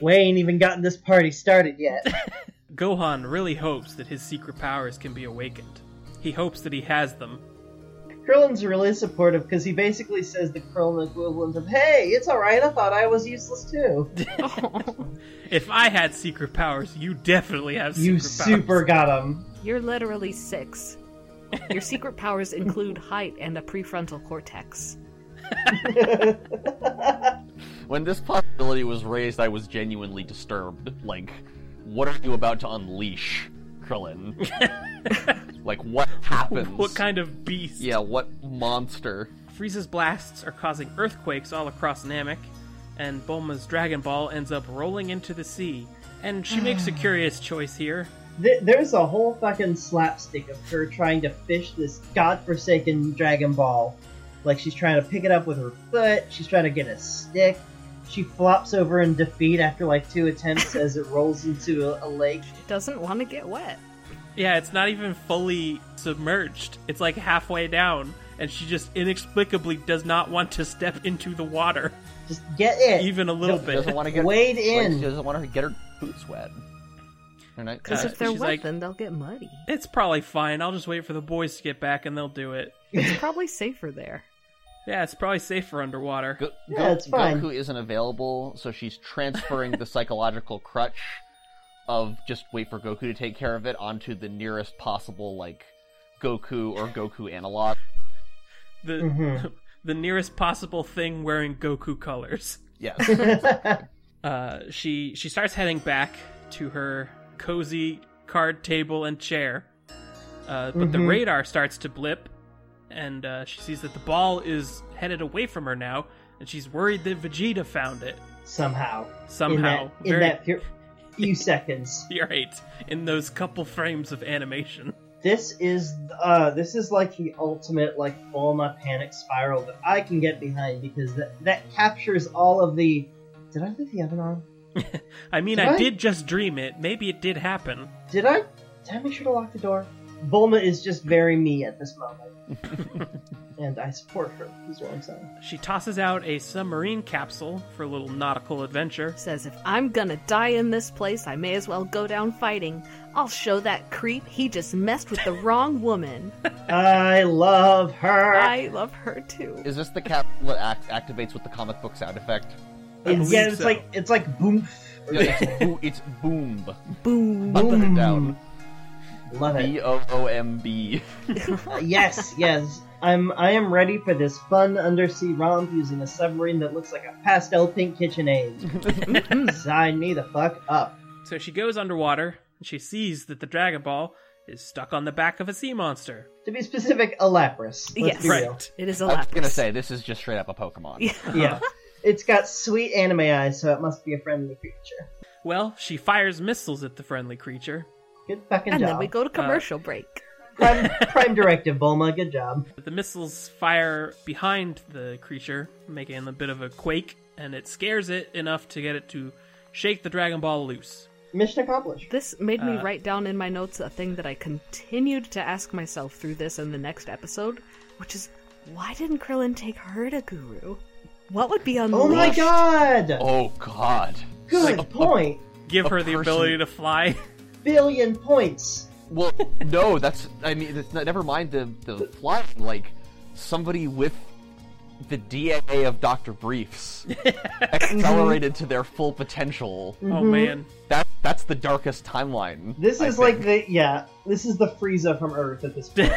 we ain't even gotten this party started yet.
Gohan really hopes that his secret powers can be awakened. He hopes that he has them.
Krillin's really supportive because he basically says the Krillin equivalent of, "Hey, it's all right. I thought I was useless too.
If I had secret powers, you definitely have secret
you
powers.
super got him."
You're literally six. Your secret powers include height and a prefrontal cortex.
When this possibility was raised, I was genuinely disturbed. Like, what are you about to unleash,
*laughs*
Krillin? like, what happens?
What kind of beast?
Yeah, what monster?
Frieza's blasts are causing earthquakes all across Namek, and Bulma's Dragon Ball ends up rolling into the sea. And she makes a curious choice here.
Th- There's a whole fucking slapstick of her trying to fish this godforsaken Dragon Ball. Like, she's trying to pick it up with her foot, she's trying to get a stick. She flops over in defeat after like two attempts
*laughs*
as it rolls into a, a lake.
Doesn't want to get wet.
Yeah, it's not even fully submerged. It's like halfway down, and she just inexplicably does not want to step into the water,
Just get it.
even a little
She doesn't
bit.
want to get
Wade
like,
in.
She doesn't want her to get her boots wet. Her night-
Because
Uh,
if they're
she's
wet,
like-
then they'll get muddy.
It's probably fine. I'll just wait for the boys to get back and they'll do it.
It's probably safer there.
Yeah, it's probably safer underwater.
Go-
Yeah,
Go-
it's fine.
Goku isn't available, so she's transferring the psychological crutch of just wait for Goku to take care of it onto the nearest possible like Goku or Goku analog.
The
Mhm.
*laughs* the nearest possible thing wearing Goku colors.
Yes.
Uh, she she starts heading back to her cozy card table and chair, uh, but
Mm-hmm.
the radar starts to blip, and uh, she sees that the ball is headed away from her now, and she's worried that Vegeta found it
Somehow. In
somehow.
that, in that few- few seconds.
You're right. In those couple frames of animation.
This is uh, this is like the ultimate like Bulma panic spiral that I can get behind because that that captures all of the. Did I leave the oven on?
I mean,
Did
I
I-
did just dream it. Maybe it did happen.
Did I? Did I make sure to lock the door? Bulma is just very me at this moment, and I support her. Is what I'm saying.
She tosses out a submarine capsule for a little nautical adventure.
Says, if I'm gonna die in this place, I may as well go down fighting. I'll show that creep he just messed with the wrong
*laughs*
woman.
I love her.
I love her too.
Is this the capsule that act- activates with the comic book sound effect?
believe
yeah, it's
so.
like it's like boom.
Yeah,
*laughs*
it's, boo- it's boom.
Boom.
Button it down.
Love it.
B O O M B.
Uh, yes, yes. I'm I am ready for this fun undersea romp using a submarine that looks like a pastel pink KitchenAid.
*laughs*
Sign me the fuck up.
So she goes underwater and she sees that the Dragon Ball is stuck on the back of a sea monster.
To be specific, a Lapras. Let's
Yes.
be
Right.
real.
It is a
I was
lapis.
gonna say this is just straight up a Pokemon.
Yeah.
Yeah. it's got sweet anime eyes, so it must be a friendly creature.
Well, she fires missiles at the friendly creature.
Good fucking
and
job.
then we go to commercial break.
prime, prime directive, Bulma. Good job.
The missiles fire behind the creature, making a bit of a quake, and it scares it enough to get it to shake the Dragon Ball loose.
Mission accomplished.
This made me write down in my notes a thing that I continued to ask myself through this and the next episode, which is why didn't Krillin take her to Guru? What would be unleashed?
Oh my god!
Oh God.
Good point.
Give
A
her the
person-
ability to fly. *laughs*
Billion points.
Well, no, that's. I mean, it's not, never mind the the flying. Like somebody with the DNA of Doctor
*laughs*
Briefs accelerated to their full potential.
Oh
Mm-hmm.
man.
That that's the darkest timeline.
This
I
is
think.
like the yeah. This is the Frieza from Earth at this
*laughs*
point.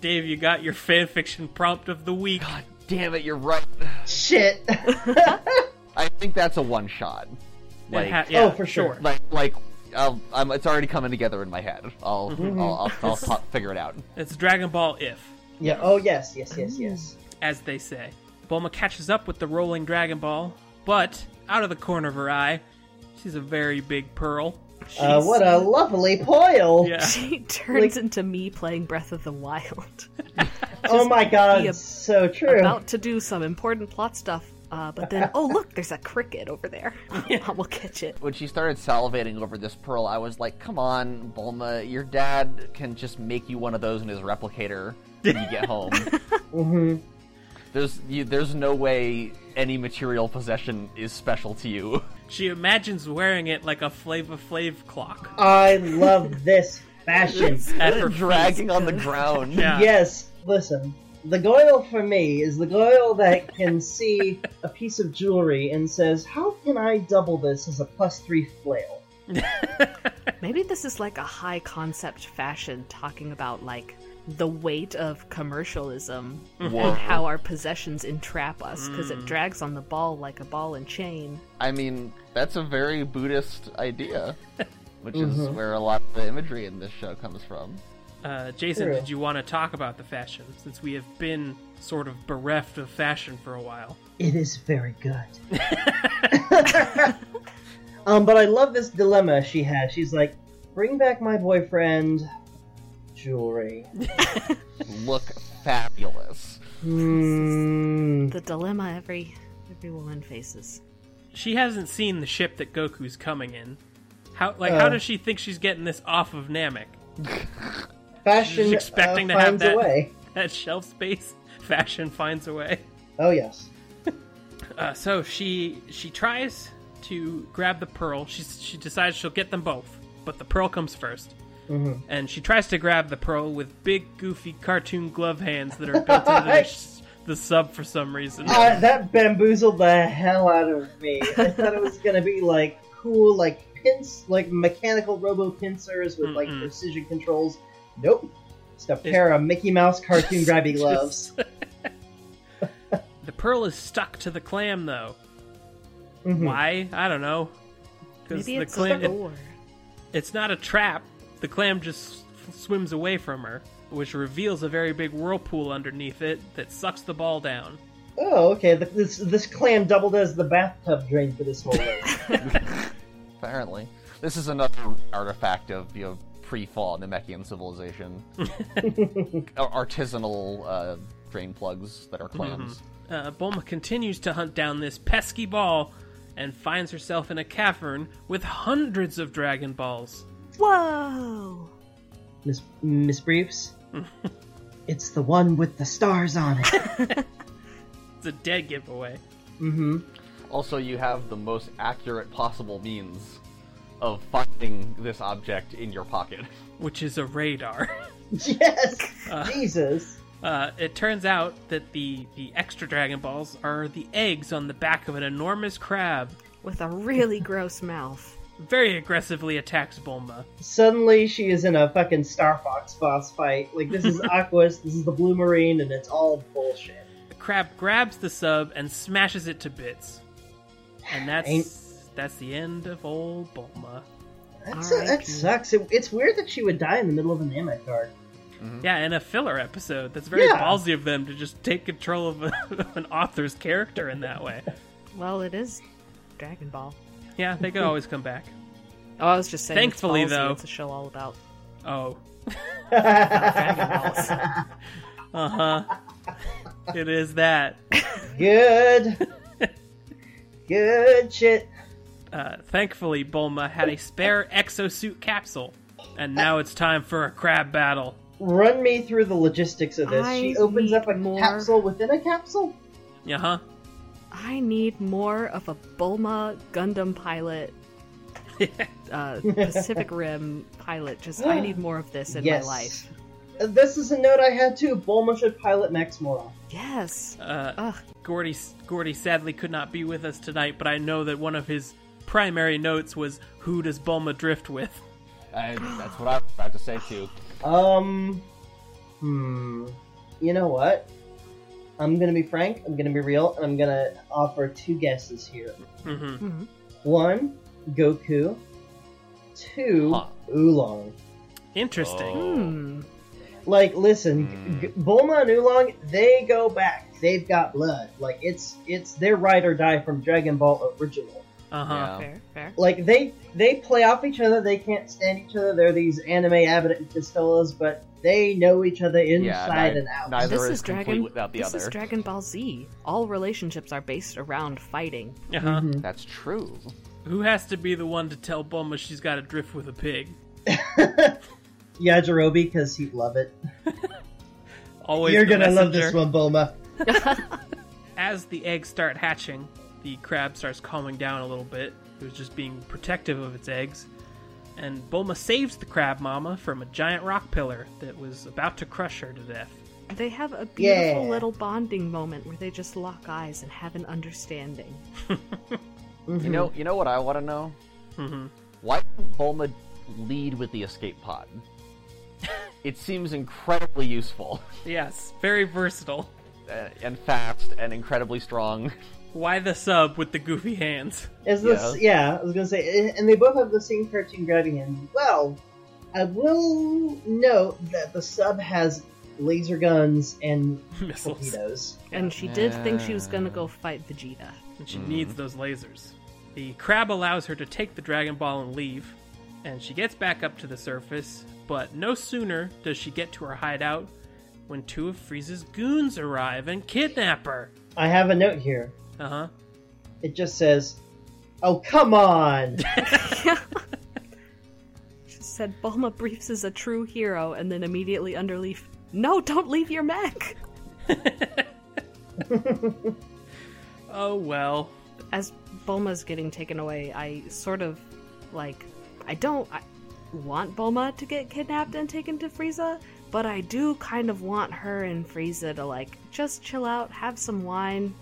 Dave, you got your fanfiction prompt of the week.
God damn it, you're right.
Shit.
I think that's a one shot. Like,
It ha- yeah,
Oh, for sure.
like, like, I'll, I'm, it's already coming together in my head. I'll,
Mm-hmm.
I'll, I'll,
*laughs*
I'll pop, figure it out.
It's Dragon Ball if,
yeah. Oh yes, yes, yes, yes.
as they say. Bulma catches up with the rolling Dragon Ball, but out of the corner of her eye, she's a very big pearl.
Uh, what a lovely poil!
*laughs*
Yeah.
*laughs* She turns into me playing Breath of the Wild.
oh my god,
be a-
so *laughs* true.
About to do some important plot stuff, uh,
*laughs*
but then, oh look, there's a cricket over there. *laughs* I will catch it.
When she started salivating over this pearl, I was like, "Come on, Bulma, your dad can just make you one of those in his replicator when you
*laughs*
get home."
Mm-hmm.
There's, you, there's no way any material possession is special to you.
She imagines wearing it like a Flava Flav clock.
I love this fashion.
*laughs*
At her
Dragging on the
*laughs*
ground.
Yeah.
yes, listen. The goyle for me is the goyle that
*laughs*
can see a piece of jewelry and says, How can I double this as a plus three flail?
Maybe this is like a high concept fashion talking about like the weight of commercialism
Whoa.
and how our possessions entrap us because it drags on the ball like a ball and chain.
I mean, that's a very Buddhist idea, which
Mm-hmm.
is where a lot of the imagery in this show comes from.
Uh, Jason,
True.
did you want to talk about the fashion since we have been sort of bereft of fashion for a while?
It is very good.
*laughs*
*laughs* um, but I love this dilemma she has. She's like, Bring back my boyfriend
*laughs*
jewelry.
Look fabulous.
Hmm.
The dilemma every every woman faces.
She hasn't seen the ship that Goku's coming in. How like how
Oh.
does she think she's getting this off of Namek? *laughs*
Fashion
She's expecting
uh,
to have
finds
that.
a way.
That shelf space, fashion finds a way.
Oh yes.
Uh, so she she tries to grab the pearl. She she decides she'll get them both, but the pearl comes 1st
Mm-hmm.
And she tries to grab the pearl with big, goofy cartoon glove hands that are built into the, s- the sub for some reason.
Uh, that bamboozled the hell out of me. I thought it was gonna be like cool, like pins, like mechanical robo pincers with
Mm-hmm.
like
*laughs*
precision controls. Nope. Just a pair of Mickey Mouse cartoon grabby gloves.
Krill is stuck to the clam though.
Mhm.
Why? I don't know. Because
Maybe
the
it's
clam,
the
it-
lore.
it's not a trap. The clam just s- swims away from her, which reveals a very big whirlpool underneath it that sucks the ball down.
Oh, okay. th- This this clam doubled as the bathtub drain for this whole
*laughs*
lake.
Apparently, this is another artifact of you know pre-fall Namekian civilization. Ar- Artisanal uh, drain plugs that are clams.
Uh, Bulma continues to hunt down this pesky ball and finds herself in a cavern with hundreds of dragon balls.
Whoa!
Miss Miss Briefs.
Mm-hmm.
it's the one with the stars on
*laughs*
it. *laughs*
It's a dead giveaway.
mm-hmm.
Also, you have the most accurate possible means of finding this object in your pocket. *laughs*
which is a radar. *laughs*
Yes. Jesus.
Uh, it turns out that the, the extra Dragon Balls are the eggs on the back of an enormous crab.
With a *laughs* really gross mouth.
Very aggressively attacks Bulma.
Suddenly she is in a fucking Star Fox boss fight. Like this
*laughs*
is Aquas, this is the Blue Marine, and it's all bullshit.
The crab grabs the sub and smashes it to bits. And that's that's the end of old Bulma.
That's
R.I.P..
that sucks. It, it's weird that she would die in the middle of an ammo card.
Yeah, in a filler episode. That's very
Yeah.
ballsy of them to just take control of, a, *laughs* of an author's character in that way.
Well, it is Dragon Ball.
Yeah, they could always come back.
Oh, I was just saying. it's
Thankfully,
ballsy.
though-
it's a show all about *laughs*
Oh,
Dragon Balls.
uh huh. it is that.
*laughs*
Good. Good shit.
Uh, thankfully, Bulma had a spare exosuit capsule, and now it's time for a crab battle.
Run me through the logistics of this.
I
she opens up a
need more.
capsule within a capsule?
Uh huh.
I need more of a Bulma Gundam pilot, uh, Pacific Rim pilot. Just I need more of this in my life.
Uh, This is a note I had too. Bulma should pilot Max Mora.
Yes.
Uh,
Ugh.
Gordy, Gordy sadly could not be with us tonight, but I know that one of his primary notes was who does Bulma drift with?
I, that's what I was about to say too.
Um, hmm. You know what? I'm gonna be frank. I'm gonna be real, and I'm gonna offer two guesses here.
Mm-hmm.
Mhm.
One, Goku. Two,
Huh.
Oolong.
Interesting.
Oh.
Hmm.
Like, listen, G- G- Bulma and Oolong, they go back. They've got blood. Like, it's it's their ride or die from Dragon Ball original.
Uh huh.
Yeah.
Fair. Fair.
Like they they play off each other. They can't stand each other. They're these anime abbot and Costellas, but they know each other
Yeah,
inside
ni-
and out.
neither
This
is,
is
complete
Dragon.
without the
this
other.
is Dragon Ball Z. All relationships are based around fighting.
Uh huh.
That's true.
Who has to be the one to tell Bulma she's got to drift with a pig?
Yeah, Jirobe, because he'd love it.
Always.
You're
the
gonna love
messenger.
this one, Bulma.
As the eggs start hatching, the crab starts calming down a little bit. It was just being protective of its eggs. And Bulma saves the crab mama from a giant rock pillar that was about to crush her to death.
They have a beautiful
Yeah.
little bonding moment where they just lock eyes and have an understanding.
You know, you know what I want to know?
Mhm.
Why didn't Bulma lead with the escape pod? it seems incredibly useful
Yes, very versatile.
uh, and fast and incredibly strong.
Why the sub with the goofy hands?
Is this? Yeah. I was gonna say, and they both have the same cartoon grabbing him. Well, I will note that the sub has laser guns and
*laughs* Missiles.
torpedoes.
And she did think she was gonna go fight Vegeta.
And she needs those lasers. The crab allows her to take the Dragon Ball and leave, and she gets back up to the surface, but no sooner does she get to her hideout when two of Frieza's goons arrive and kidnap her.
I have a note here.
Uh huh.
It just says, "Oh
*laughs*
come on."
She said Bulma Briefs is a true hero, and then immediately underleaf, no, don't leave your mech.
Oh well.
As Bulma's getting taken away, I sort of like, I don't I want Bulma to get kidnapped and taken to Frieza, but I do kind of want her and Frieza to like just chill out, have
*laughs*
some wine,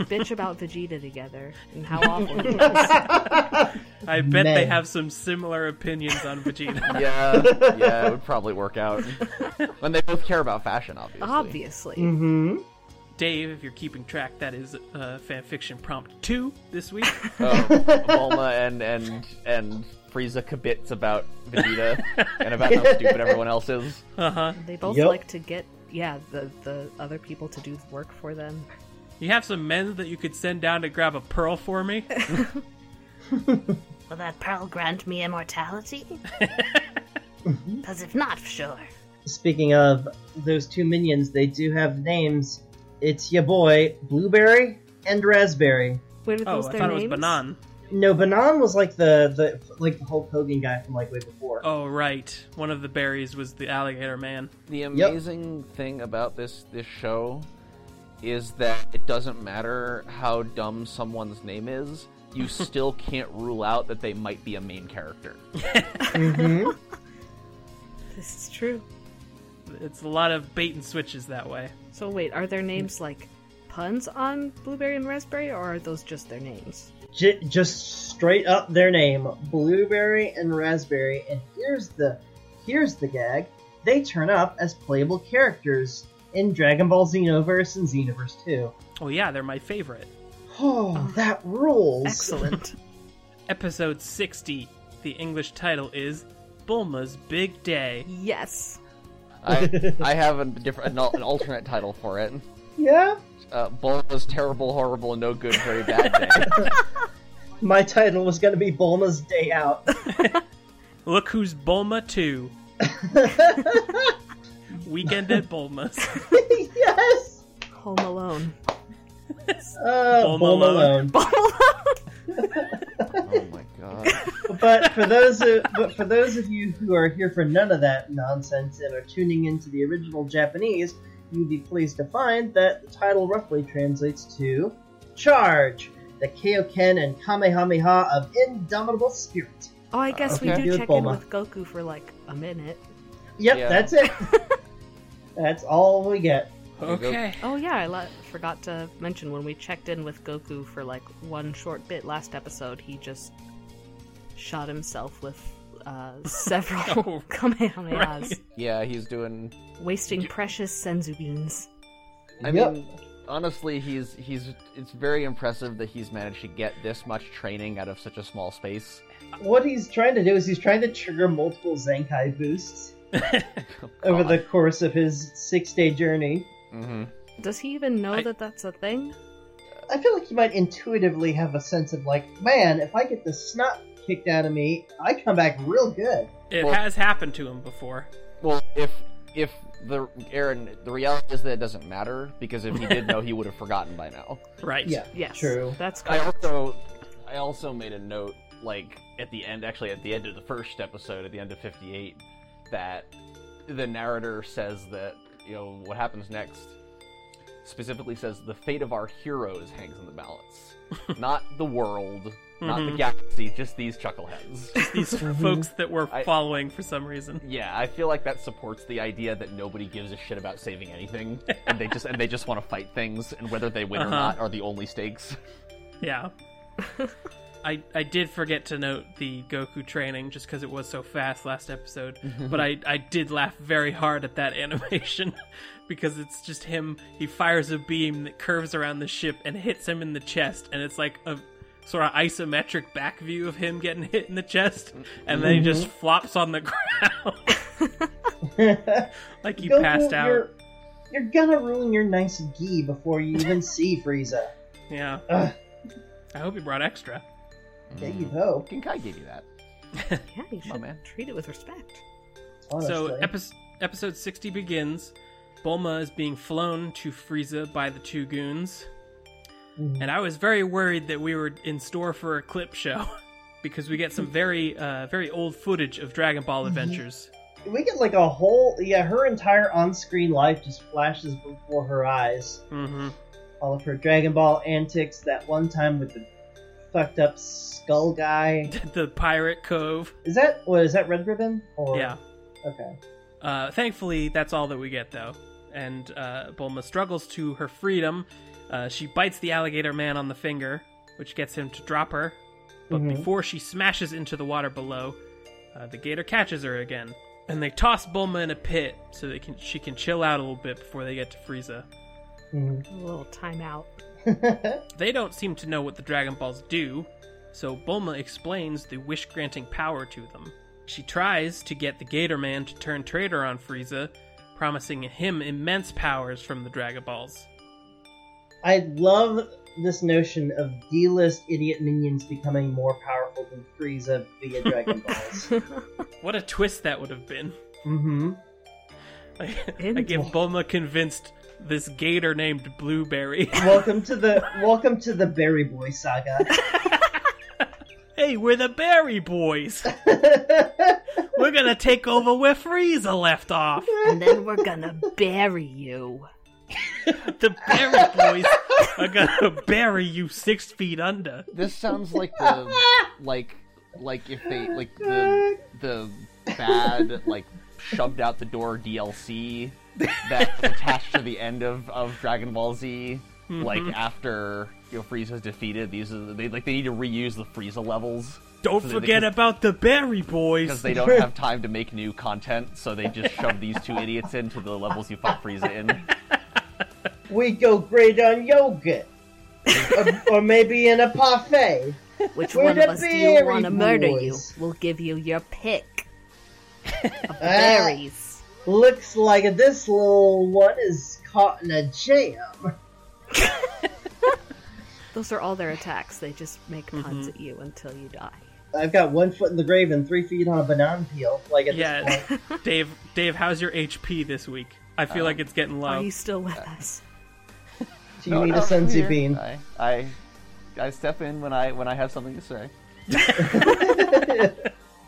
bitch about Vegeta together, and how awful he is.
I bet they
Men.
have some similar opinions on Vegeta. *laughs*
Yeah, *laughs* yeah, it would probably work out. and they both care about fashion, obviously.
Obviously.
mm-hmm.
Dave, if you're keeping track, that is uh, fanfiction prompt two this week.
Oh, Bulma and and and Frieza kibitz about Vegeta and about how stupid everyone else is.
Uh huh.
They both
Yep.
like to get yeah the the other people to do the work for them.
You have some men that you could send down to grab a pearl for
*laughs*
me.
Will that pearl grant me immortality? Because if not, sure.
Speaking of those two minions, they do have names. It's ya boy, Blueberry and Raspberry.
What are
Oh,
those
I
their
thought
names?
it was Banan.
No, Banan was like the, the like the Hulk Hogan guy from like way before.
Oh, right. One of the berries was the alligator man.
The amazing thing about this this show is that it doesn't matter how dumb someone's name is, you still can't rule out that they might be a main character.
Mhm.
This is true.
It's a lot of bait and switches that way.
So wait, are their names like puns on blueberry and raspberry, or are those just their names?
J- just straight up their name, Blueberry and Raspberry. And here's the here's the gag. They turn up as playable characters in Dragon Ball Xenoverse and Xenoverse 2.
Oh, yeah, they're my favorite.
Oh, that rules.
Excellent.
Episode 60. The English title is Bulma's Big Day.
yes.
I I have a different an, al- an alternate title for it.
Yeah?
Uh, Bulma's terrible, horrible, no good, very bad day.
My title was going to be Bulma's Day Out. *laughs*
Look who's Bulma 2. Weekend at Bulma's.
yes!
Home Alone. *laughs*
Uh,
Bulma
Bulma,
alone.
alone.
oh my god.
but for those of, but for those of you who are here for none of that nonsense and are tuning into the original Japanese, you'd be pleased to find that the title roughly translates to "Charge." The Kaioken and Kamehameha of Indomitable Spirit.
Oh, I guess
Okay.
we do
Good
check in
Bulma.
with Goku for like a minute.
Yep,
Yeah.
that's it. that's all we get.
Okay.
Oh yeah, I le- forgot to mention when we checked in with Goku for like one short bit last episode, he just shot himself with uh,
Oh,
several Kamehamehas,
right.
Yeah, he's doing
wasting precious senzu beans.
I
Yep.
mean, honestly, he's he's it's very impressive that he's managed to get this much training out of such a small space.
What he's trying to do is he's trying to trigger multiple Zenkai boosts over the course of his six day journey.
hmm
Does he even know
I-
that that's a thing?
I feel like you might intuitively have a sense of like, man, if I get the snot kicked out of me, I come back real good.
It
Well-
has happened to him before.
Well, if if the Aaron, the reality is that it doesn't matter because if he did know, he would have forgotten by now.
Right.
Yeah,
*laughs*
Yes.
true. *laughs*
That's
I
correct.
also I also made a note like at the end, actually at the end of the first episode, at the end of fifty eight, that the narrator says that you know what happens next. Specifically says the fate of our heroes hangs in the balance, not the world, not the
Mhm.
galaxy, just these chuckleheads.
These folks that we're
I-
following for some reason.
yeah, I feel like that supports the idea that nobody gives a shit about saving anything, and they just and they just want to fight things, and whether they win or
Uh-huh.
not are the only stakes.
*laughs*
Yeah. I, I did forget to note the Goku training just because it was so fast last
*laughs*
episode, but I, I did laugh very hard at that *laughs* animation because it's just him. He fires a beam that curves around the ship and hits him in the chest, and it's like a sort of isometric back view of him getting hit in the chest, and
Mm-hmm.
then he just flops on the *laughs* ground like he
Goku,
passed out.
You're, you're gonna ruin your nice gi before you
*laughs*
even see Frieza.
Yeah.
Ugh.
I hope he brought extra.
There you go.
Genkai gave you that.
Yeah, you should
man.
treat it with respect.
Honestly.
So episode episode sixty begins. Bulma is being flown to Frieza by the two goons,
Mhm.
and I was very worried that we were in store for a clip show *laughs* because we get some very uh, very old footage of Dragon Ball Adventures.
we get like a whole yeah, her entire on screen life just flashes before her eyes.
hmm
All of her Dragon Ball antics, that one time with the fucked up skull
*laughs*
guy.
*laughs* the Pirate Cove,
Is that what is that red ribbon? Or
yeah.
Okay.
Uh, thankfully, that's all that we get though, and uh, Bulma struggles to her freedom. Uh, she bites the alligator man on the finger, which gets him to drop her. But
Mhm.
before she smashes into the water below, uh, the gator catches her again, and they toss Bulma in a pit so that can, she can chill out a little bit before they get to Frieza.
Mhm.
A little timeout.
They don't seem to know what the Dragon Balls do, so Bulma explains the wish granting power to them. She tries to get the Gator Man to turn traitor on Frieza, promising him immense powers from the Dragon Balls.
I love this notion of D-list idiot minions becoming more powerful than Frieza via Dragon Balls.
What a twist that would have been. *laughs*
mm-hmm.
I I give Bulma convinced this gator named Blueberry. *laughs*
Welcome to the welcome to the Berry Boy saga.
hey, we're the Berry Boys! We're gonna take over where Frieza left off!
And then we're gonna *laughs* bury you.
The Berry Boys are gonna bury you six feet under.
This sounds like the like like if they like the the bad like shoved out the door DLC that's attached to the end of, of Dragon Ball Z. Like after you know, Frieza's defeated, these are they like they need to reuse the Frieza levels
Don't
So they-
forget
because-
about the Berry
because
Boys!
*laughs* they don't have time to make new content, so they just shove these two idiots into the levels you fought Frieza in.
we go great on yogurt, or, or maybe in a parfait.
Which
We're
one
the
of us do you
berry
want to murder you?
boys.
We'll give you your pick of the
Ah.
berries.
Looks like this little one is caught in a jam.
Those are all their attacks. They just make puns at you until you die.
I've got one foot in the grave and three feet on a banana peel. Like at this
*laughs*
Yeah,
point,
Dave, Dave, how's your HP this week? I feel
Um,
like it's getting
Are
low.
you still with us?
do you
Oh,
need a senzu bean?
I, I I step in when I when I have something to say.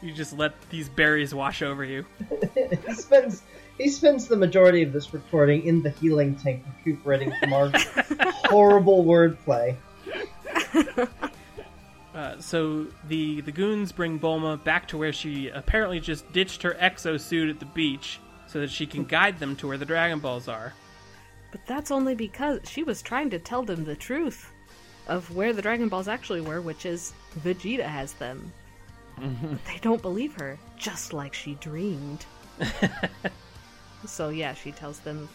You just let these berries wash over you.
He spends he spends the majority of this recording in the healing tank, recuperating from our horrible wordplay.
Uh, so the the goons bring Bulma back to where she apparently just ditched her exo suit at the beach, so that she can guide them to where the Dragon Balls are.
But that's only because she was trying to tell them the truth of where the Dragon Balls actually were, which is Vegeta has them. But they don't believe her, just like she dreamed. *laughs* so, yeah, she tells them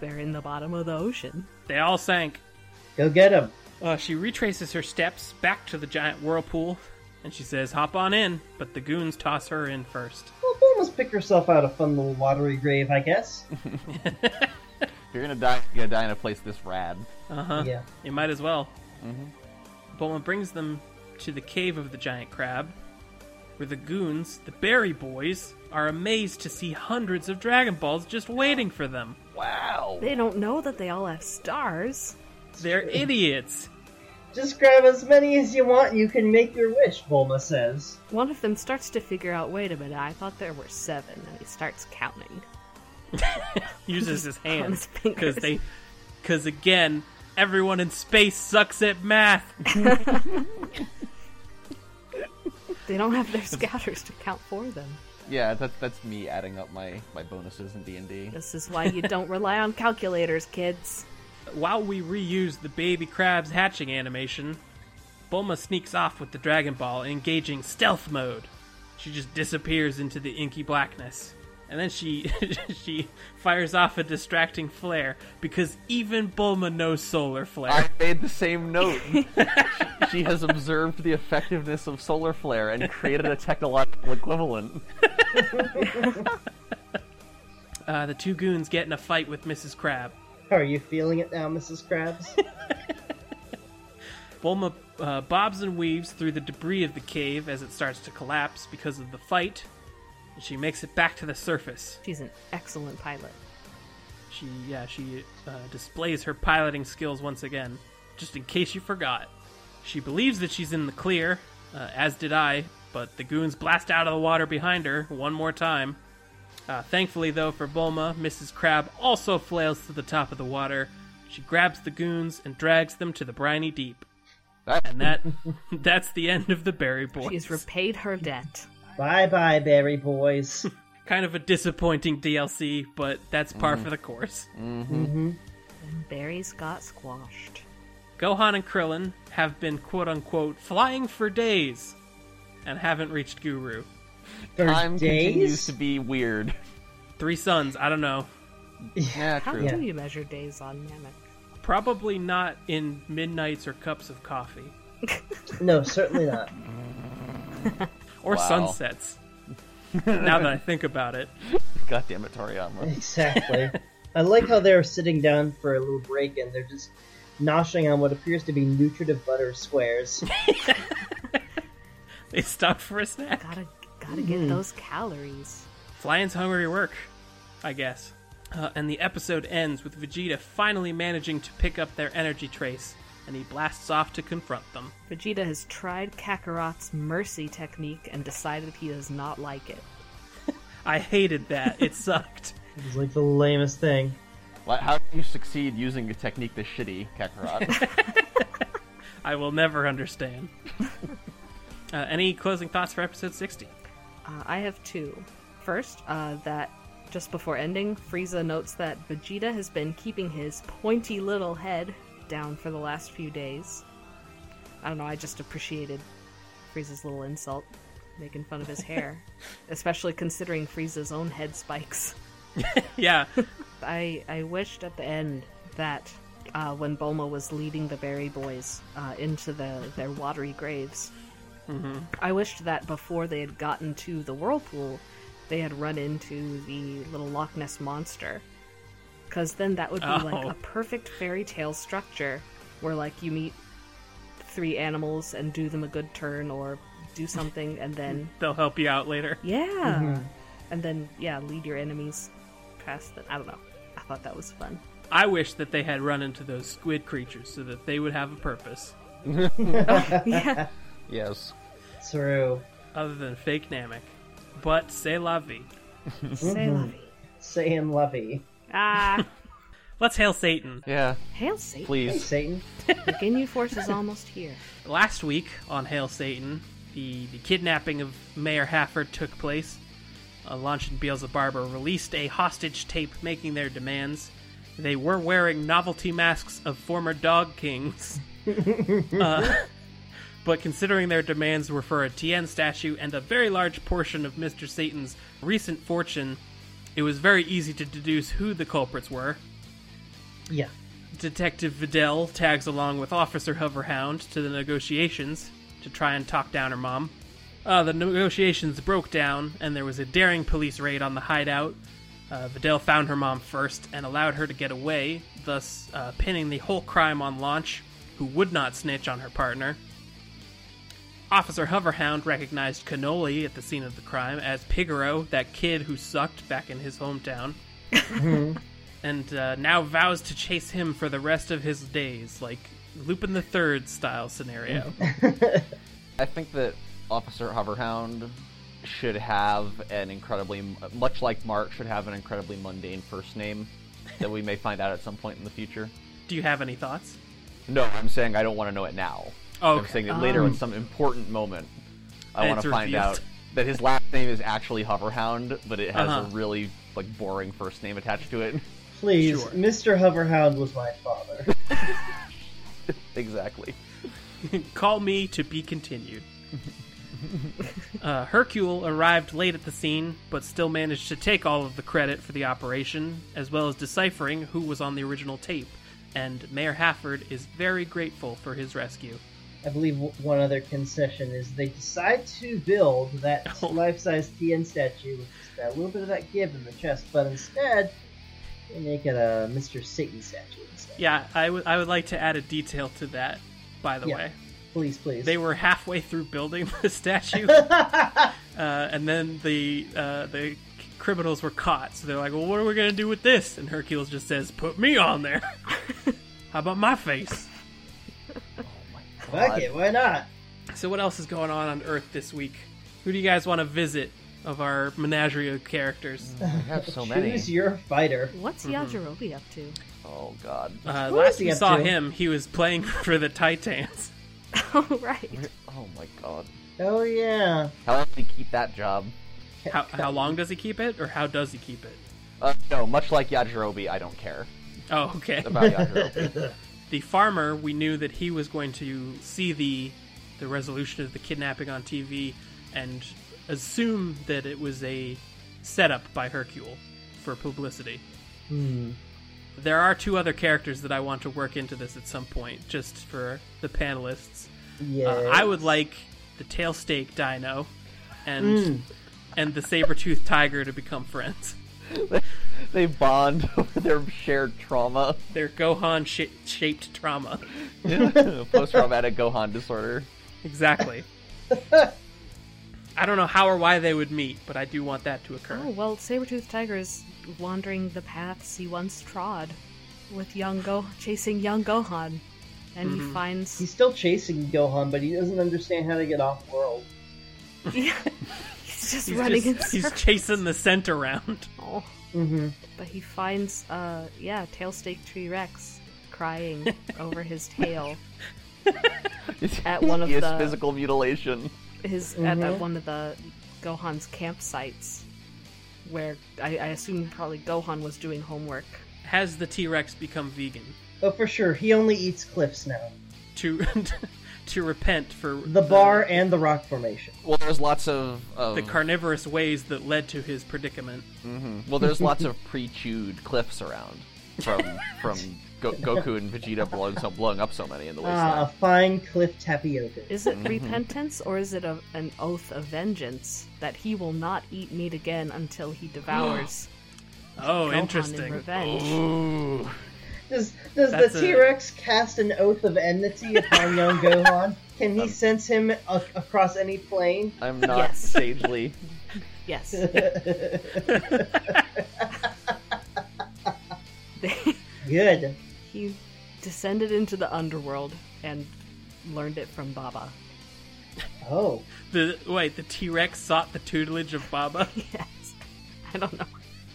they're in the bottom of the ocean.
They all sank.
Go get him.
Uh, she retraces her steps back to the giant whirlpool, and she says, "Hop on in," but the goons toss her in first.
Well, almost pick herself out a fun little watery grave, I guess.
If you're gonna die, you're gonna die in a place this rad.
Yeah.
You might as well. Bulma brings them to the cave of the giant crab, where the goons, the Berry Boys, are amazed to see hundreds of Dragon Balls just waiting for them.
Wow.
They don't know that they all have stars.
They're idiots.
Just grab as many as you want, you can make your wish, Bulma says.
One of them starts to figure out wait a minute, I thought there were seven, and he starts counting.
Uses his hands
his fingers.
because they, because again, everyone in space sucks at math.
They don't have their *laughs* scouters to count for them.
Yeah, that's that's me adding up my my bonuses in D and D.
This is why you don't rely on calculators, kids.
While we reuse the baby crab's hatching animation, Bulma sneaks off with the Dragon Ball, engaging stealth mode. She just disappears into the inky blackness. And then she *laughs* she fires off a distracting flare because even Bulma knows solar
*laughs* I
flare.
made the same note. she, *laughs* she has observed the effectiveness of solar flare and created a technological equivalent.
Uh, the two goons get in a fight with Mrs. Crab.
Are you feeling it now, Mrs. Krabs?
Bulma uh, bobs and weaves through the debris of the cave as it starts to collapse because of the fight. And she makes it back to the surface.
She's an excellent pilot.
She yeah she uh, displays her piloting skills once again, just in case you forgot. She believes that she's in the clear, uh, as did I. But the goons blast out of the water behind her one more time. Uh, thankfully, though, for Bulma, Mrs. Crab also flails to the top of the water. She grabs the goons and drags them to the briny deep,
That,
and that *laughs* that's the end of the Berry Boys.
She's repaid her debt.
bye bye, Berry Boys.
kind of a disappointing DLC, but that's par for the course.
And Barry's got squashed.
Gohan and Krillin have been quote unquote flying for days and haven't reached Guru.
For
time continues
days?
*laughs*
to be weird.
Three sons, I don't know.
Yeah,
How
true.
Yeah.
do you measure days on Namek?
Probably not in midnights or cups of coffee
No, certainly
*laughs*
not.
or
Wow.
sunsets. now that I think about it,
God damn it, Toriyama.
Exactly. I like how they're sitting down for a little break and they're just noshing on what appears to be nutritive butter squares.
they stop for a snack.
Gotta gotta get those calories.
Flying's hungry work, I guess. Uh, and the episode ends with Vegeta finally managing to pick up their energy trace, and he blasts off to confront them.
Vegeta has tried Kakarot's mercy technique and decided he does not like it.
I hated that. It *laughs* sucked.
it's like the lamest thing.
Like, How do you succeed using a technique this shitty,
*laughs*
Kakarot?
I will never understand. Uh, any closing thoughts for episode 60?
Uh, I have two. First, uh, that just before ending, Frieza notes that Vegeta has been keeping his pointy little head down for the last few days. I don't know, I just appreciated Frieza's little insult, making fun of his hair, especially considering Frieza's own head spikes.
Yeah,
I, I wished at the end that uh, when Bulma was leading the Berry Boys uh, into the, their watery graves, I wished that before they had gotten to the whirlpool, they had run into the little Loch Ness monster. Because then that would be like
Oh.
a perfect fairy tale structure where, like, you meet three animals and do them a good turn or do something and then
they'll help you out later.
yeah. Mm-hmm. And then, yeah, lead your enemies past them. I don't know. I thought that was fun.
I wish that they had run into those squid creatures so that they would have a purpose
yeah.
yes.
True.
other than fake Namek. But c'est la vie.
Say lovey.
Saiyan Levy.
*laughs* Ah.
Let's hail Satan.
Yeah,
Hail Satan.
Hey,
please.
Satan.
The Ginyu Force is almost here.
Last week on Hail Satan, the, the kidnapping of Mayor Hafford took place. Uh, Launch and Beelzebub released a hostage tape making their demands. They were wearing novelty masks of former dog kings. Uh, but considering their demands were for a Tien statue and a very large portion of Mr. Satan's recent fortune, it was very easy to deduce who the culprits were.
Yeah.
Detective Vidal tags along with Officer Hoverhound to the negotiations to try and talk down her mom. Uh, the negotiations broke down, and there was a daring police raid on the hideout. Uh, Vidal found her mom first and allowed her to get away, thus uh, pinning the whole crime on Launch, who would not snitch on her partner. Officer Hoverhound recognized Cannoli at the scene of the crime as Pigaro, that kid who sucked back in his hometown and uh, now vows to chase him for the rest of his days, like Lupin the Third style scenario.
I think that Officer Hoverhound should have an incredibly, much like Mark, should have an incredibly mundane first name that we may find out at some point in the future.
Do you have any thoughts?
No, I'm saying I don't want to know it now.
Oh,
I'm saying that later in some important moment, I want
It's
to find
revealed.
out that his last name is actually Hoverhound, but it has
Uh-huh.
a really like boring first name attached to it. *laughs*
Please,
Sure.
Mr. Hoverhound was my *laughs* father.
exactly.
Call me to be continued. uh, Hercule arrived late at the scene, but still managed to take all of the credit for the operation, as well as deciphering who was on the original tape. And Mayor Hafford is very grateful for his rescue.
I believe w- one other concession is they decide to build that
*laughs* Oh.
life-size Tien statue with just a little bit of that give in the chest, but instead they make it a Mr. Satan statue instead.
Yeah, I would I would like to add a detail to that, by the
Yeah.
way.
Please, please.
they were halfway through building *laughs* the
*laughs*
statue, uh, and then the uh, the criminals were caught. So they're like, "Well, what are we gonna do with this?" And Hercules just says, "Put me on there. *laughs* How about my face?"
Oh
Fuck it, why not?
So what else is going on on Earth this week? Who do you guys want to visit of our menagerie of characters?
I have so many.
*laughs* Choose your fighter.
What's
Mm-hmm.
Yajirobe up to? *laughs*
Oh god.
Uh,
Who is
last
he
we
up
saw
to?
him, he was playing *laughs* for the Titans.
Oh, right.
Oh my god.
Oh
Uh,
yeah.
How long did he keep that job?
How,
*laughs*
how long does he keep it, or how does he keep it?
Uh, no, much like Yajirobe, I don't care
Oh, okay.
about *laughs* Yajirobe.
the farmer, we knew that he was going to see the the resolution of the kidnapping on TV and assume that it was a setup by Hercule for publicity.
Hmm.
There are two other characters that I want to work into this at some point, just for the panelists.
Yeah.
Uh, I would like the tail stake dino and and the saber tooth tiger to become friends.
They bond *laughs* over their shared trauma,
Their Gohan sh- shaped trauma.
*laughs* post-traumatic Gohan disorder.
Exactly. I don't know how or why they would meet, but I do want that to occur.
Oh, well, Sabretooth Tiger is wandering the paths he once trod with young Go chasing young Gohan. And
Mm-hmm.
he finds
He's still chasing Gohan, but he doesn't understand how to get off world.
*laughs* Yeah.
*laughs*
he's just
he's,
running
just-
in
he's
circles.
chasing the scent around.
Oh.
Mm-hmm.
But he finds uh yeah, tailstake tree Rex
*laughs*
crying over his tail. At one of
He is
the-
physical mutilation.
his at, at one of the Gohan's campsites where I, I assume probably Gohan was doing homework.
Has the T Rex become vegan?
Oh, for sure. He only eats cliffs now.
To *laughs* to repent for
The bar and the rock formation.
Well, there's lots of, um, of
the carnivorous ways that led to his predicament.
well, *laughs* there's lots of pre-chewed cliffs around from from Go- Goku and Vegeta blowing so blowing up so many in the
Ah, a
wasteland.
fine cliff tapioca.
Is it repentance or is it a, an oath of vengeance that he will not eat meat again until he devours
Oh,
Gohan in
interesting.
revenge?
Oh. Ooh,
Does does
That's
the
a-
T Rex cast an oath of enmity upon young Gohan? Can
*laughs* Um,
he sense him a- across any plane?
I'm not
Yes.
sagely.
Yes. *laughs*
Good.
he descended into the underworld and learned it from Baba.
Oh,
The wait, the T Rex sought the tutelage of Baba. *laughs*
Yes. I don't know.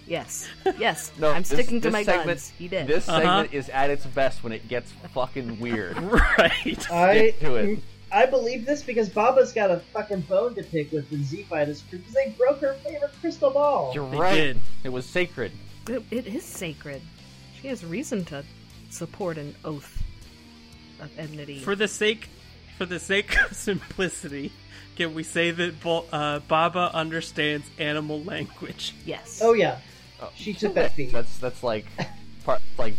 Yes. Yes.
*laughs* No,
I'm
this-
sticking to
this
my
segment,
guns. He did.
This
Uh-huh.
segment is at its best when it gets fucking *laughs* weird.
right.
I
Stick to it.
I believe this because Baba's got a fucking bone to pick with the Z Fighters crew because they broke her favorite crystal ball.
You're
They
right.
did.
It was sacred.
It- it is sacred. She has reason to support an oath of enmity.
For the sake, for the sake of simplicity, can we say that Bo- uh, Baba understands animal language?
yes.
Oh yeah,
Oh,
she took that feat.
That's that's like part like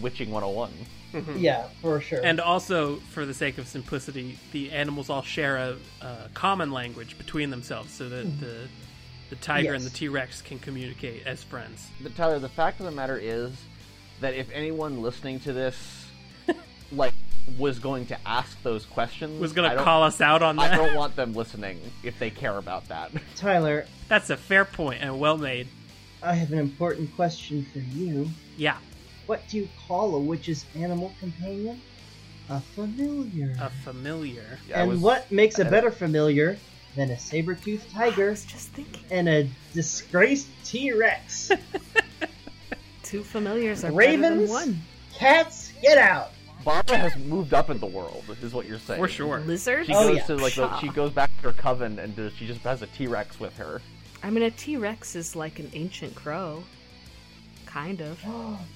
witching 101.
Yeah, for sure.
And also, for the sake of simplicity, the animals all share a, uh common language between themselves, so that
Mm.
the the tiger and the
Yes.
T Rex can communicate as friends.
But Tyler, the fact of the matter is that if anyone listening
*laughs*
to this like was going to ask those questions,
Was
Mm, I
gonna
don't-
call us out on *laughs*
I
that.
don't want them listening if they care about that. *laughs*
Tyler,
That's a fair point and well made.
I have an important question for you.
Yeah,
What do you call a witch's animal companion? A familiar.
a familiar.
I
and
was-
what makes a better familiar than a saber-toothed
I
tiger
was just thinking.
and a disgraced
*laughs*
T-Rex?
Two familiars are better than
Ravens?
one.
Cats, get out!
Barbara has moved up in the world, is what you're saying.
For sure.
Lizards?
She
Oh,
goes
yeah.
to like the, she goes back to her coven and does, she just has a T Rex with her.
I mean, a T Rex is like an ancient crow. Kind of.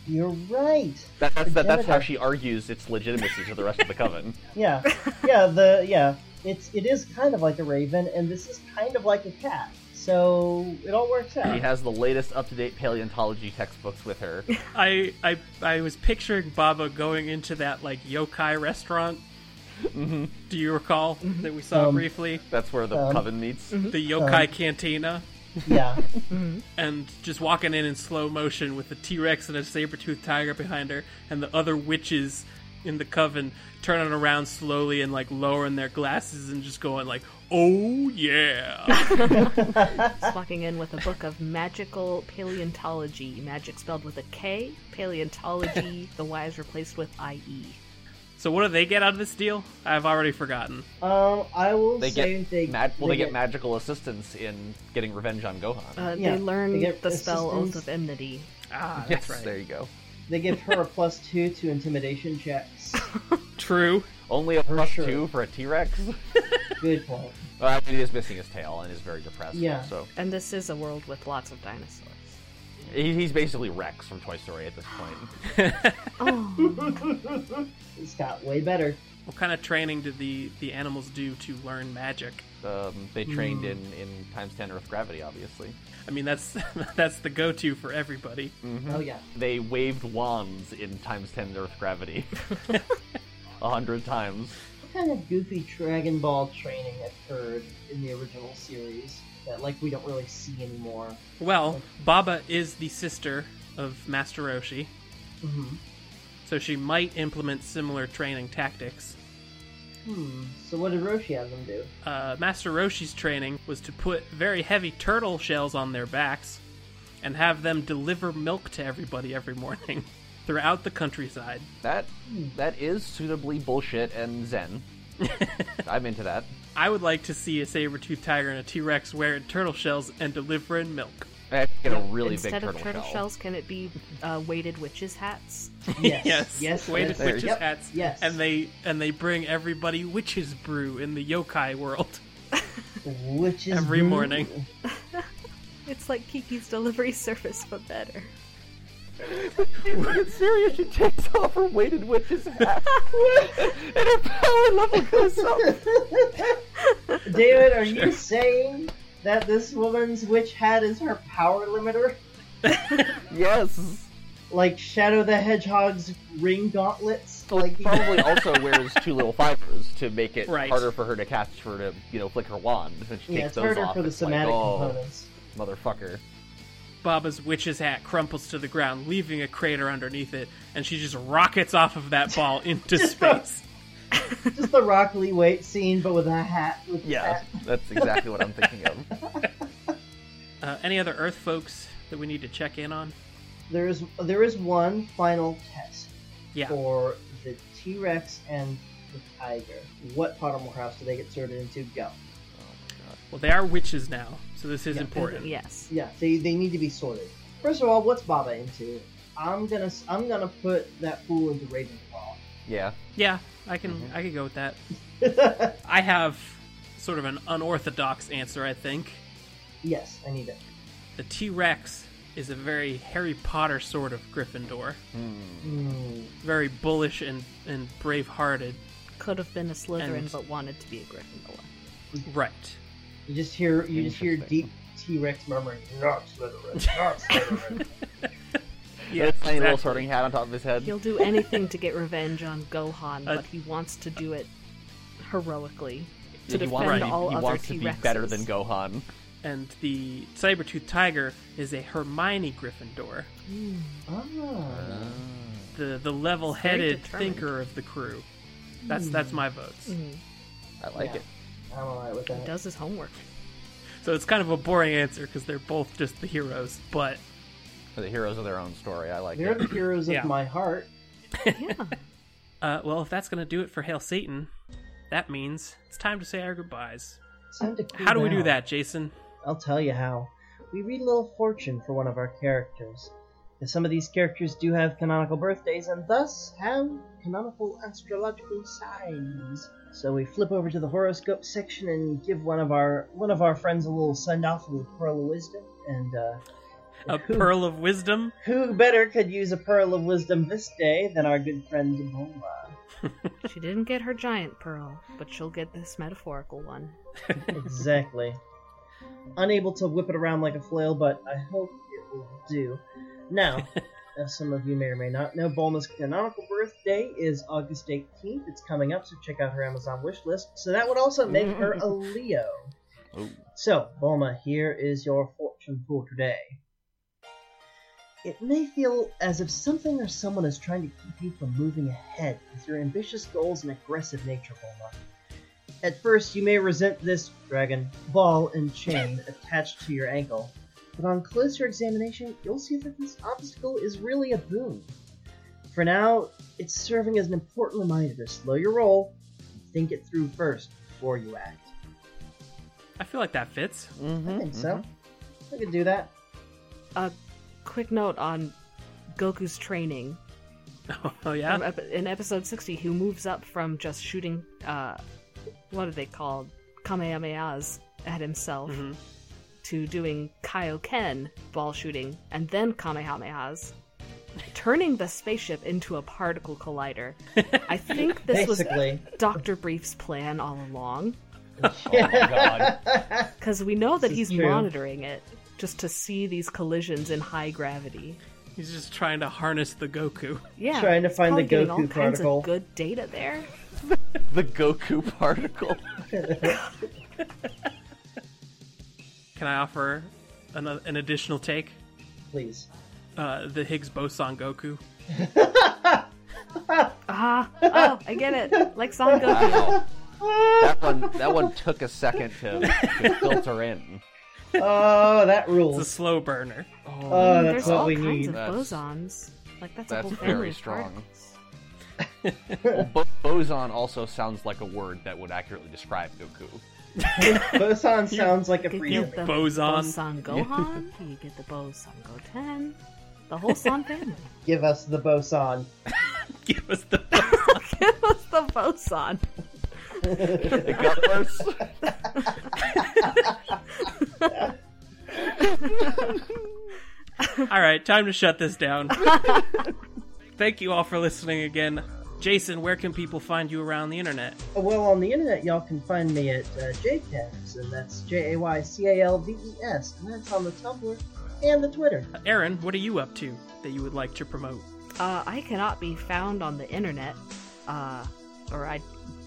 You're right.
That, that's that, that's how
Progenitor.
she argues its legitimacy to the rest of
*laughs*
the coven. *laughs*
Yeah, yeah, the yeah. It's it is kind of like a raven, and this is kind of like a cat. So it all works
She
out.
has the latest up to date paleontology textbooks with her.
I, I I was picturing Baba going into that like yokai restaurant.
Mm-hmm.
Do you recall that we saw
Um,
briefly
That's where the
Um,
coven meets.
the yokai cantina
Yeah,
and just walking in in slow motion with the T Rex and a saber toothed tiger behind her and the other witches in the coven turning around slowly and like lowering their glasses and just going like, oh yeah,
Just walking in with a book of magical paleontology. Magic spelled with a K. Paleontology, the Y is replaced with E. IE.
so what do they get out of this deal? I've already forgotten.
um, I will
They
say
get
they
mag- well, they, get, magical assistance in getting revenge on Gohan.
Uh,
Yeah,
they learn
they get
the spell Oath
resistance.
of Enmity.
Ah,
yes,
that's right.
there you go.
They give her a plus two to intimidation
*laughs*
checks.
True.
Only a plus
sure.
two for a T Rex.
Good point.
*laughs* uh, it is missing his tail and is very depressed.
Yeah.
So
And this is a world with lots of dinosaurs.
he, he's basically Rex from Toy Story at this point.
Oh,
It's got way better.
What kind of training did the the animals do to learn magic?
Um, they trained in, in times 10 Earth gravity, obviously.
I mean, that's *laughs* that's the go-to for everybody.
Oh yeah.
They waved wands in times 10 Earth gravity. A hundred times.
What kind of goofy Dragon Ball training occurred in the original series that like we don't really see anymore?
Well, Baba is the sister of Master Roshi,
Mm-hmm.
so she might implement similar training tactics.
Hmm. So what did Roshi have them do?
uh, Master Roshi's training was to put very heavy turtle shells on their backs and have them deliver milk to everybody every morning *laughs* throughout the countryside.
That that is suitably bullshit and zen. I'm into that.
I would like to see a saber-toothed tiger and a T-Rex wearing turtle shells and delivering milk.
I have to get a really
Instead
big
of
turtle,
turtle
shell. *laughs*
shells, can it be uh, weighted witches' hats?
Yes.
Yes,
Yes.
weighted
yes.
There you
witches
go.
hats.
Yes.
and they and they bring everybody witches brew in the yokai world.
Which is
Every
new.
morning.
It's like Kiki's delivery *laughs* service, but better.
It's serious. She takes off her weighted witch's hat, and her power level goes up.
*laughs* David, are you saying that this woman's witch hat is her power limiter?
*laughs* Yes.
Like Shadow the Hedgehog's ring gauntlets?
Oh,
Like
*laughs* Probably also wears two little fibers to make it
Right.
harder for her to cast her to you know flick her wand. And she
yeah,
takes
it's
those
harder
off.
for the
it's like,
somatic
oh,
components.
motherfucker.
Baba's witch's hat crumples to the ground, leaving a crater underneath it, and she just rockets off of that ball *laughs* into space.
Just the Rock Lee Waite scene, but with a hat. With
Yeah,
that.
that's exactly what I'm thinking of. *laughs*
Uh, any other Earth folks that we need to check in on?
There is there is one final test
Yeah.
for the T Rex and the tiger. What Pottermore house do they get sorted into? Go.
Well, they are witches now, so this is important.
Yes.
Yeah, they, they need to be sorted. First of all, what's Baba into? I'm gonna s- I'm gonna put that fool into Ravenclaw.
Yeah.
Yeah, I can I can go with that. I have sort of an unorthodox answer, I think.
Yes, I need it.
The T Rex is a very Harry Potter sort of Gryffindor,
Mm,
very bullish and and brave hearted.
Could have been a Slytherin,
And-
but wanted to be a Gryffindor.
Right.
you just hear you just hear
Interesting.
deep T Rex murmuring, "Not
*laughs*
Slytherin, not Slytherin."
Yeah,
That tiny little
exactly.
sorting hat on top of his head.
He'll do anything to get revenge on Gohan,
Uh,
but he wants to do it heroically to
Yeah, he
defend
wants, to be-
all
he
other
wants to be
T-Rexes.
better than Gohan.
And the Sabertooth Tiger is a Hermione Gryffindor, Uh,
ah,
the the level headed
Very determined.
thinker of the crew. That's that's my votes.
I like
Yeah.
it.
I'm alright with
Mm-hmm. He
that.
does his
*laughs*
homework.
So it's kind of a boring answer because they're both just the heroes, but
They're the heroes of their own story. I like
They're
it.
the heroes
Yeah.
of my heart.
Uh, well, if that's going to do it for Hail Satan, that means it's time to say our goodbyes.
It's time to
How do we do
cool down.
that, Jason?
I'll tell you how. We read a little fortune for one of our characters. Because some of these characters do have canonical birthdays and thus have canonical astrological signs. So we flip over to the horoscope section and give one of our one of our friends a little send off with a pearl of wisdom. And uh,
A
who,
pearl of wisdom?
who better could use a pearl of wisdom this day than our good friend Bulma?
She didn't get her giant pearl, but she'll get this metaphorical one.
Exactly. Unable to whip it around like a flail, but I hope it will do. Now, as some of you may or may not know, Bulma's canonical birthday is August 18th. It's coming up, so check out her Amazon wish list. So that would also make her a Leo.
Ooh.
So, Bulma, here is your fortune for today. It may feel as if something or someone is trying to keep you from moving ahead with your ambitious goals and aggressive nature, Bulma. At first, you may resent this dragon ball and chain attached to your ankle, but on closer examination, you'll see that this obstacle is really a boon. For now, it's serving as an important reminder to slow your roll and think it through first before you act.
I feel like that fits. *laughs*
I think so. I could do that.
A quick note on Goku's training.
Oh,
From
yeah?
ep- in episode 60, who moves up from just shooting, uh, what are they called? Kamehamehas at himself
Mhm.
to doing Kaioken ball shooting and then Kamehamehas turning the spaceship into a particle collider. I think this was
Basically,
Dr. Brief's plan all
*laughs*
along,
Oh my god.
because we know that
This is
he's
true.
monitoring it just to see these collisions in high gravity.
He's just trying to harness the Goku.
Yeah,
Trying to
he's
find the
probably getting
Goku
all kinds
particle.
of good data there.
The Goku *laughs* particle.
Can I offer an, an additional take?
please.
Uh, the Higgs boson Goku.
Ah, oh, I get it. Like
*laughs*
Son Goku.
Wow. That one that one took a second to, to filter in.
Oh, that
It's a
rules.
slow burner.
Oh, that's
There's
what
all
we
kinds
need.
of
That's-
bosons. Like that's, a
that's
whole
very
family of
strong.
particles.
Well, bo- boson also sounds like a word that would accurately describe Goku.
*laughs* Boson sounds like a
*laughs* You get
freebie.
the
boson.
boson Gohan. you get the boson Goten. The whole son
*laughs*
family.
Give us the boson.
Give us the
it was the boson.
It got worse.
All right, time to shut this down. *laughs* Thank you all for listening again. Jason, where can people find you around the internet?
Well, on the internet, y'all can find me at uh, JCalves, and that's J A Y C A L V E S, and that's on the Tumblr and the Twitter.
Aaron, what are you up to that you would like to promote?
Uh, I cannot be found on the internet, uh, or I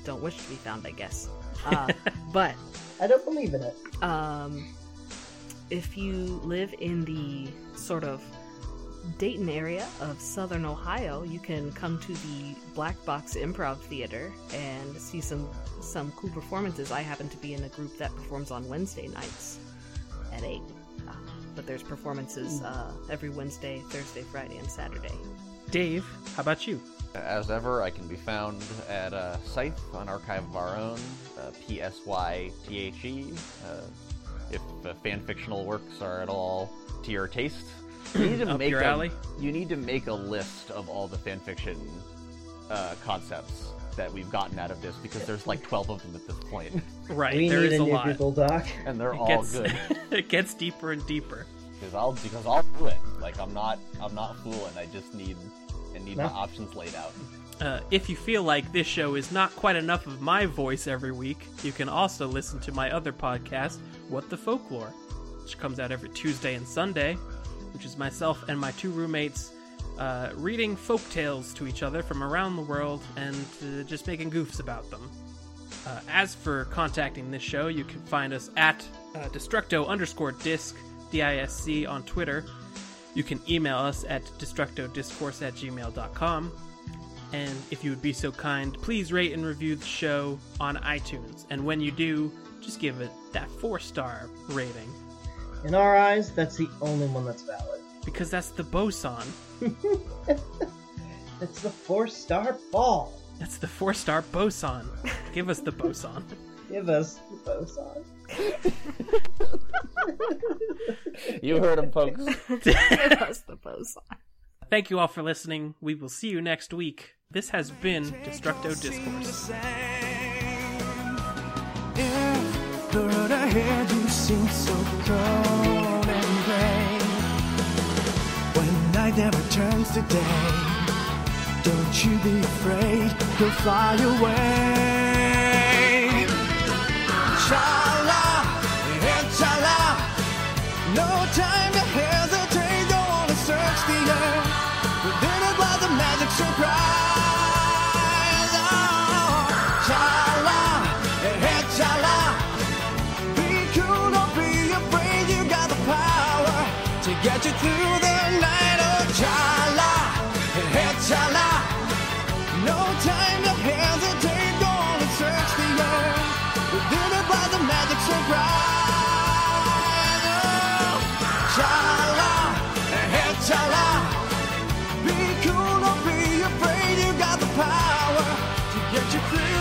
don't wish to be found, I guess. Uh, but
I don't believe in it.
um, if you live in the sort of Dayton area of southern Ohio, you can come to the Black Box Improv Theater and see some some cool performances. I happen to be in a group that performs on Wednesday nights at eight, uh, but there's performances uh, every Wednesday, Thursday, Friday, and Saturday. *laughs*
Dave, how about you?
As ever, I can be found at uh, Scythe, an archive of our own, uh, P S Y T H E. Uh, if uh, fan fictional works are at all to your taste, you need to
Up
make
your
a,
alley.
You need to make a list of all the fan fiction uh, concepts that we've gotten out of this because there's like 12 of them at this point, *laughs*
Right,
we
there
need
is
a
a
new
lot.
Google Doc.
and they're
It
all
gets, *laughs*
good.
it gets deeper and deeper.
because I'll because I'll do it. Like I'm not I'm not fooling. I just need I need
No.
my options laid out.
Uh, if you feel like this show is not quite enough of my voice every week, you can also listen to my other podcast, What the Folklore, which comes out every Tuesday and Sunday, which is myself and my two roommates uh, reading folk tales to each other from around the world and uh, just making goofs about them. Uh, as for contacting this show, you can find us at uh, destructo underscore disc, D I S C, on Twitter. You can email us at destructodiscourse at gmail.com. And if you would be so kind, please rate and review the show on iTunes. And when you do, just give it that four star rating
In our eyes, that's the only one that's valid.
because that's the boson.
It's the four star ball.
That's the four star boson. Give us the boson.
Give us the boson.
You heard him, folks.
Give us the boson.
Thank you all for listening. We will see you next week. This has been Destructo
seem the
Discourse.
same. If the road ahead you seem so cold and gray. When night never turns to day, don't you be afraid, you'll fly away. Inshallah, inshallah, no time to hesitate, don't wanna search the earth. Within it lies a magic surprise. Oh, Chala, hey, Chala. Be cool, don't be afraid. You got the power to get you through the night. Oh, Chala, hey, Chala. No time to hesitate. Go on and search the earth. Within it lies a magic surprise. Oh, Chala, hey, Chala. Be cool, don't be afraid. You got the power to get you through